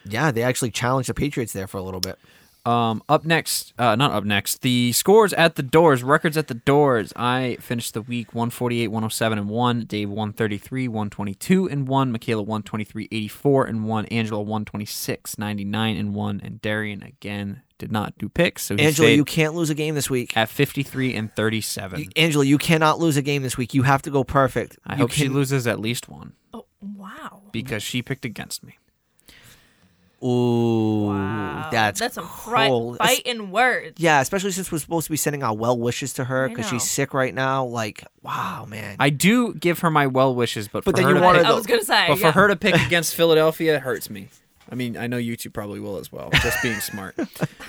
S1: Yeah, they actually challenged the Patriots there for a little bit.
S2: Um, up next, uh, not up next, the scores at the doors, records at the doors. I finished the week 148, 107, and 1. Dave 133, 122, and 1. Michaela 123, 84, and 1. Angela 126, 99, and 1. And Darian again did not do picks. So he
S1: Angela,
S2: stayed
S1: you can't lose a game this week.
S2: at 53 and 37.
S1: You- Angela, you cannot lose a game this week. You have to go perfect.
S2: I
S1: You
S2: hope she
S1: can-
S2: loses at least one
S3: Oh wow.
S2: because she picked against me.
S1: Ooh,
S3: Wow.
S1: that's
S3: that's some
S1: cold.
S3: fri- biting words.
S1: Yeah, especially since we're supposed to be sending our well wishes to her
S3: I
S1: because
S3: know.
S1: she's sick right now. Like, wow, man.
S2: I do give her my well wishes, but,
S1: But
S2: for
S1: then
S2: her
S1: you
S2: to
S1: wanted
S2: pick-
S3: I was gonna say.
S2: But for
S3: yeah.
S2: her to pick against Philadelphia hurts me. I mean, I know you two probably will as well, just being smart.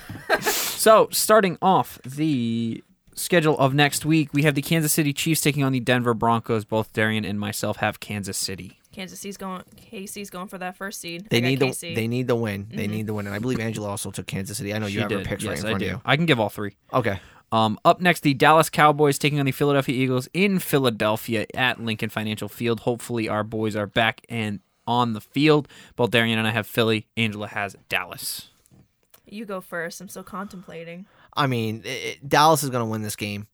S2: so, starting off the schedule of next week, we have the Kansas City Chiefs taking on the Denver Broncos. Both Darian and myself have Kansas City.
S3: Kansas City's going. KC's going for that first seed. I
S1: they
S3: got Mm-hmm.
S1: need
S3: KC.
S1: the they need the win. They need the win, and I believe Angela also took Kansas City. I know you have her picks right in
S2: I
S1: front
S2: do.
S1: of you.
S2: I can give all three.
S1: Okay,
S2: Um, up next, the Dallas Cowboys taking on the Philadelphia Eagles in Philadelphia at Lincoln Financial Field. Hopefully, our boys are back and on the field. Both Darian and I have Philly. Angela has Dallas.
S3: You go first. I'm still contemplating.
S1: I mean it, it- Dallas is going to win this game.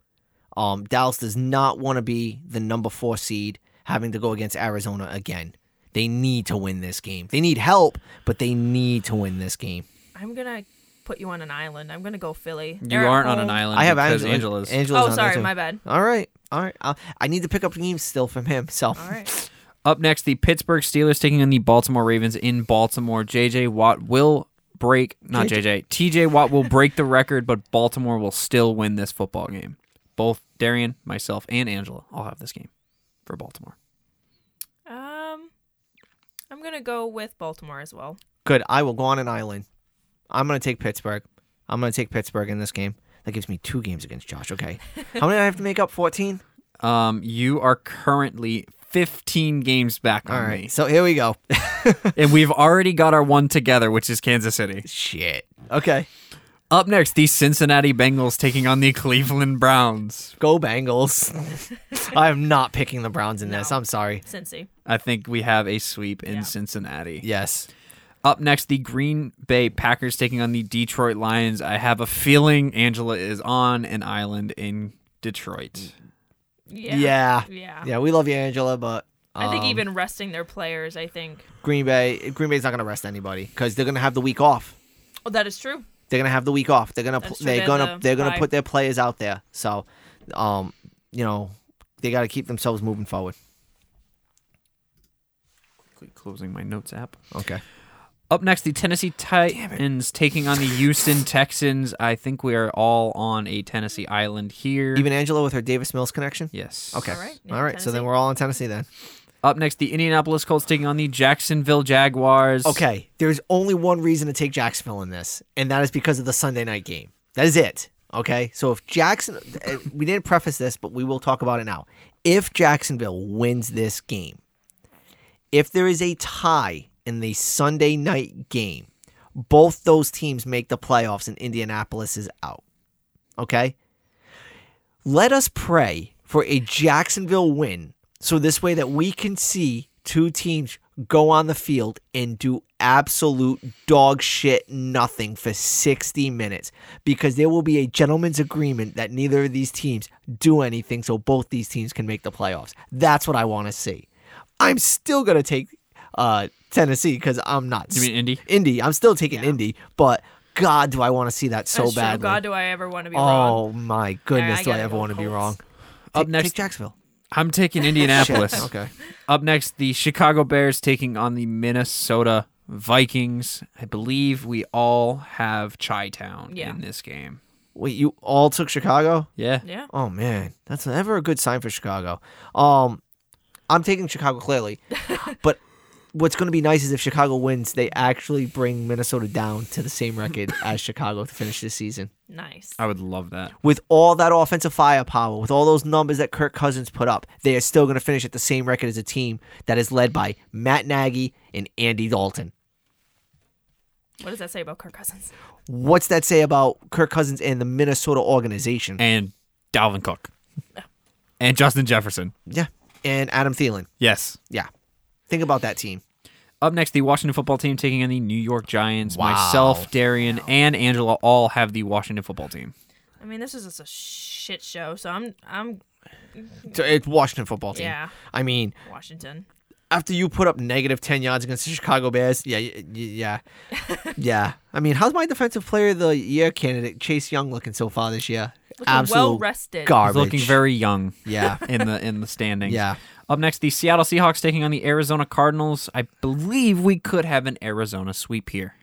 S1: Um, Dallas does not want to be the number four seed, having to go against Arizona again. They need to win this game. They need help, but they need to win this game.
S3: I'm gonna put you on an island. I'm gonna go Philly.
S2: You
S3: They're at
S2: aren't on an
S3: home.
S2: island.
S1: I have
S2: Uh, because
S1: Angela,
S2: Angela's.
S1: Angela's on
S3: oh,
S1: there
S3: sorry,
S1: too.
S3: my bad.
S1: All right, all right. I'll, I need to pick up games still from him. So
S3: All right.
S2: Up next, the Pittsburgh Steelers taking on the Baltimore Ravens in Baltimore. JJ Watt will break, not JJ, TJ Watt will break the record, but Baltimore will still win this football game. Both Darian, myself, and Angela all have this game for Baltimore.
S3: Um, I'm gonna go with Baltimore as well.
S1: Good. I will go on an island. I'm going to take Pittsburgh. I'm going to take Pittsburgh in this game. That gives me two games against Josh. Okay. How many do I have to make up? 14?
S2: Um, you are currently 15 games back
S1: All
S2: on
S1: right. So here we go.
S2: me, and we've already got our one together, which is Kansas City.
S1: Shit. Okay.
S2: Up next, the Cincinnati Bengals taking on the Cleveland Browns.
S1: Go Bengals. I am not picking the Browns in this. I'm sorry.
S3: Cincy.
S2: I think we have a sweep in
S3: Yeah.
S2: Cincinnati.
S1: Yes.
S2: Up next, the Green Bay Packers taking on the Detroit Lions. I have a feeling Angela is on an island in Detroit.
S3: Yeah.
S1: Yeah. Yeah.
S3: Yeah.
S1: we love you, Angela, but.
S3: I think
S1: um,
S3: even resting their players, I think.
S1: Green Bay, Green Bay's not going to rest anybody because they're going to have the week off.
S3: Oh, that is true.
S1: They're gonna have the week off. They're gonna pl-
S3: That's true,
S1: they're
S3: they're
S1: gonna
S3: the
S1: they're gonna
S3: bye.
S1: put their players out there. So, um, you know, they got to keep themselves moving forward.
S2: Quickly closing my notes app.
S1: Okay.
S2: Up next, the Tennessee Titans taking on the Houston Texans. I think we are all on a Tennessee island here.
S1: Even Angela with her Davis Mills connection.
S2: yes.
S1: Okay.
S3: All right. Yeah,
S1: All right. So then
S3: Tennessee.
S1: we're all in Tennessee then.
S2: Up next, the Indianapolis Colts taking on the Jacksonville Jaguars.
S1: Okay. There's only one reason to take Jacksonville in this, and that is because of the Sunday night game. That is it. Okay. So if Jackson, uh, we didn't preface this, but we will talk about it now. If Jacksonville wins this game, if there is a tie in the Sunday night game, both those teams make the playoffs and Indianapolis is out. Okay? Let us pray for a Jacksonville win so this way that we can see two teams go on the field and do absolute dog shit nothing for 60 minutes because there will be a gentleman's agreement that neither of these teams do anything so both these teams can make the playoffs. That's what I want to see. I'm still going to take uh, Tennessee because I'm not.
S2: You mean Indy?
S1: Indy. I'm still taking Indy, but God, do I want to see that so
S3: That's true.
S1: badly.
S3: God, do I ever want to be wrong?
S1: oh my goodness,
S3: I
S1: do I
S3: gotta
S1: ever
S3: go
S1: want to be
S3: Colts.
S1: wrong?
S2: Up
S1: Take-
S2: next-
S1: take Jacksonville.
S2: I'm taking
S1: Shit,
S2: Indianapolis.
S1: Okay.
S2: Up next, the Chicago Bears taking on the Minnesota Vikings. I believe we all have Chi Town
S3: Yeah.
S2: in this game.
S1: Wait, you all took Chicago?
S2: Yeah.
S3: Yeah.
S1: Oh man, that's never a good sign for Chicago. Um, I'm taking Chicago clearly, but what's going to be nice is if Chicago wins, they actually bring Minnesota down to the same record as Chicago to finish the season.
S3: Nice.
S2: I would love that.
S1: with all that offensive firepower, with all those numbers that Kirk Cousins put up, they are still going to finish at the same record as a team that is led by Matt Nagy and Andy Dalton.
S3: What does that say about Kirk Cousins?
S1: What's that say about Kirk Cousins and the Minnesota organization?
S2: And Dalvin Cook. and Justin Jefferson.
S1: yeah, and Adam Thielen.
S2: Yes.
S1: Yeah. Think about that team.
S2: Up next, the Washington football team taking on the New York Giants. Myself, Darian, and Angela all have the Washington football team.
S3: I mean, this is just a shit show. So I'm I'm
S1: So It's Washington football team.
S3: Yeah.
S1: I mean,
S3: Washington.
S1: after you put up negative 10 yards against the Chicago Bears, yeah, y- y- yeah. yeah. I mean, how's my defensive player of the year candidate, Chase Young, looking so far this year?
S3: Looking
S1: Absolutely.
S3: well-rested. He's
S2: He's
S1: Garbage.
S2: looking very young.
S1: Yeah.
S2: in the in the standings.
S1: Yeah.
S2: Up next, the Seattle Seahawks taking on the Arizona Cardinals. I believe we could have an Arizona sweep here.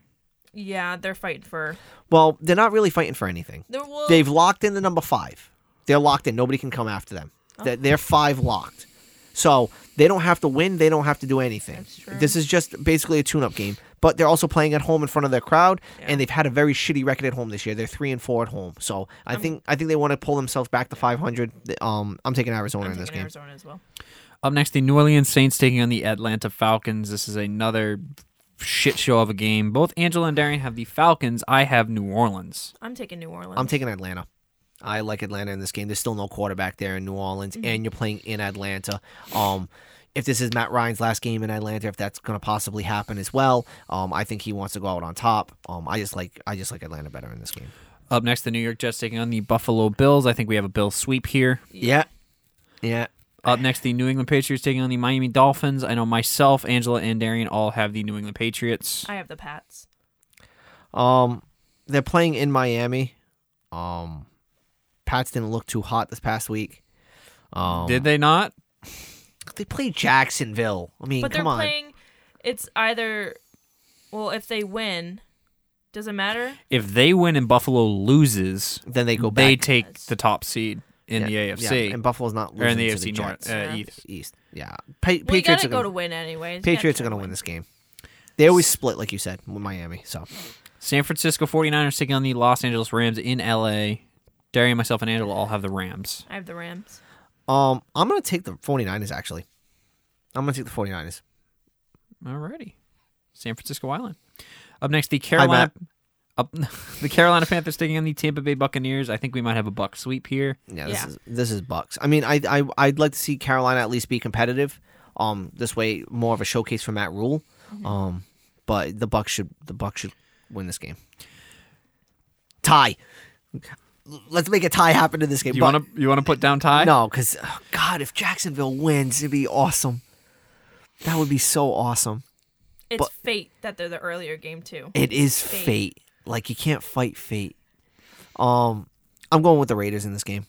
S3: Yeah, they're fighting for.
S1: Well, they're not really fighting for anything.
S3: They're, well,
S1: They've locked in the number five. They're locked in. Nobody can come after them. They're, they're five locked. So they don't have to win. They don't have to do anything.
S3: That's true.
S1: This is just basically a tune-up game. But they're also playing at home in front of their crowd, and they've had a very shitty record at home this year. They're three and four at home. So I think I think they want to pull themselves back to 500. Th- Um, I'm taking Arizona
S3: I'm
S1: in this
S3: taking
S1: game.
S3: Arizona as well.
S2: Up next, the New Orleans Saints taking on the Atlanta Falcons. This is another shit show of a game. Both Angela and Darian have the Falcons. I have New Orleans.
S3: I'm taking New Orleans.
S1: I'm taking Atlanta. I like Atlanta in this game. There's still no quarterback there in New Orleans,
S3: Mm-hmm.
S1: and you're playing in Atlanta. Um, if this is Matt Ryan's last game in Atlanta, if that's going to possibly happen as well, um, I think he wants to go out on top. Um, I just like I just like Atlanta better in this game.
S2: Up next, the New York Jets taking on the Buffalo Bills. I think we have a Bill sweep here.
S1: Yeah, yeah.
S2: Up next, the New England Patriots taking on the Miami Dolphins. I know myself, Angela, and Darian all have the New England Patriots.
S3: I have the Pats.
S1: Um, they're playing in Miami. Um, Pats didn't look too hot this past week. Um,
S2: Did they not?
S1: they play Jacksonville? I mean,
S3: But they're
S1: come on.
S3: playing. It's either. Well, if they win, does it matter?
S2: If they win and Buffalo loses,
S1: then they go back.
S2: they take the top seed in
S1: Yeah,
S2: the
S1: yeah,
S2: AFC.
S1: and Buffalo's not
S2: Or
S1: losing
S2: in the
S1: to the
S2: AFC North,
S1: Jets.
S2: uh,
S3: Yeah.
S2: East.
S1: East. Yeah, pa-
S3: Well, you
S1: Patriots
S3: gotta
S1: are
S3: go
S1: gonna,
S3: to win anyways. You gotta
S1: Patriots are
S3: try
S1: going to win this game. They always split, like you said, with Miami. So
S2: San Francisco 49ers taking on the Los Angeles Rams in LA. Darian, myself, and Angela all have the Rams.
S3: I have the Rams.
S1: um, I'm going to take the 49ers, actually. I'm going to take the 49ers.
S2: Alrighty. San Francisco Island. Up next, the Carolina up, the Carolina Panthers taking on the Tampa Bay Buccaneers. I think we might have a buck sweep here.
S1: Yeah, this
S3: Yeah.
S1: is this is Bucks. I mean, I I I'd like to see Carolina at least be competitive. Um, this way, more of a showcase for Matt Rule.
S3: Mm-hmm.
S1: Um, but the Bucks should the Bucks should win this game. Tie. Let's make a tie happen to this game.
S2: You
S1: But-
S2: want to you want to put down tie?
S1: No, because God, if Jacksonville wins, it'd be awesome. That would be so awesome.
S3: It's
S1: But-
S3: fate that they're the earlier game too.
S1: It is fate.
S3: Fate.
S1: Like you can't fight fate. Um, I'm going with the Raiders in this game.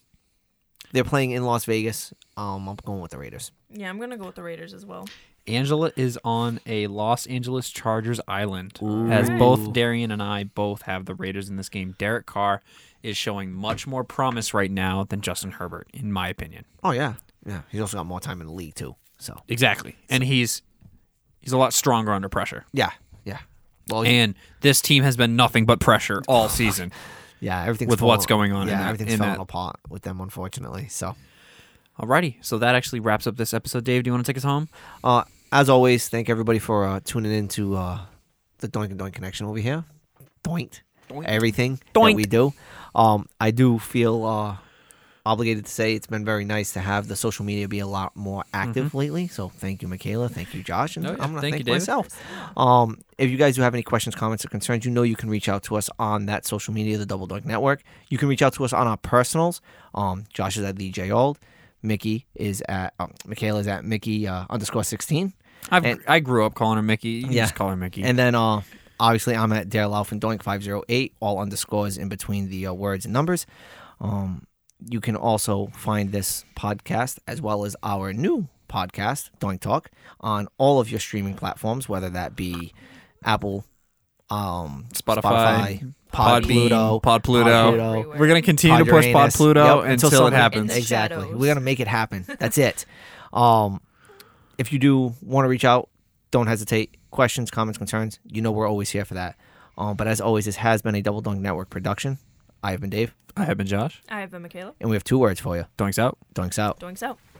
S1: They're playing in Las Vegas. Um, I'm going with the Raiders.
S3: Yeah, I'm gonna go with the Raiders as well.
S2: Angela is on a Los Angeles Chargers island, as both Darian and I both have the Raiders in this game. Derek Carr is showing much more promise right now than Justin Herbert, in my opinion.
S1: Oh yeah, yeah. He's also got more time in the league too. So
S2: Exactly, and he's he's a lot stronger under pressure.
S1: yeah, yeah. Well,
S2: And this team has been nothing but pressure all season.
S1: yeah. Everything's
S2: with what's
S1: falling-
S2: going on in
S1: Yeah,
S2: that-
S1: everything's
S2: in
S1: falling
S2: that-
S1: apart with them, unfortunately. So.
S2: Alrighty, so that actually wraps up this episode. Dave, do you want to take us home?
S1: Uh, as always, thank everybody for uh, tuning in to uh, the Doink and Doink connection over here. Doink. Everything
S2: Doink.
S1: that we do. Um, I do feel uh, obligated to say it's been very nice to have the social media be a lot more active lately. So thank you, Michaela. Thank you, Josh. And
S2: Mm-hmm. Oh, yeah.
S1: I'm going to
S2: Thank
S1: thank,
S2: you, David.
S1: myself. Um, if you guys do have any questions, comments, or concerns, you know you can reach out to us on that social media, the Double Doink Network. You can reach out to us on our personals. Um, Josh is at the J Old. Mickey is at um, Michaela is at Mickey uh, underscore sixteen.
S2: I've,
S1: And-
S2: I grew up calling her Mickey. You can
S1: Yeah.
S2: just call her Mickey.
S1: And then uh, obviously I'm at Dare Lauf and Doink five zero eight, all underscores in between the uh, words and numbers. Um, you can also find this podcast as well as our new podcast Doink Talk on all of your streaming platforms, whether that be Apple, um,
S2: Spotify,
S1: Spotify Pod,
S2: Podbean,
S1: Pluto,
S2: Pod Pluto.
S1: Pluto,
S2: We're gonna continue to push Pod
S1: Podranus.
S2: Pluto
S1: Yep,
S2: until, it
S1: someone-
S2: happens.
S3: In the
S1: Exactly.
S3: shadows.
S1: We're gonna make it happen. That's it. Um, if you do want to reach out, don't hesitate. Questions, comments, concerns, you know we're always here for that. Um, but as always, this has been a Double Dunk Network production. I have been Dave,
S2: I have been Josh.
S3: I have a Michaela.
S1: and we have two words for you.
S2: Doinks out.
S1: Dunks out.
S3: Doinks out.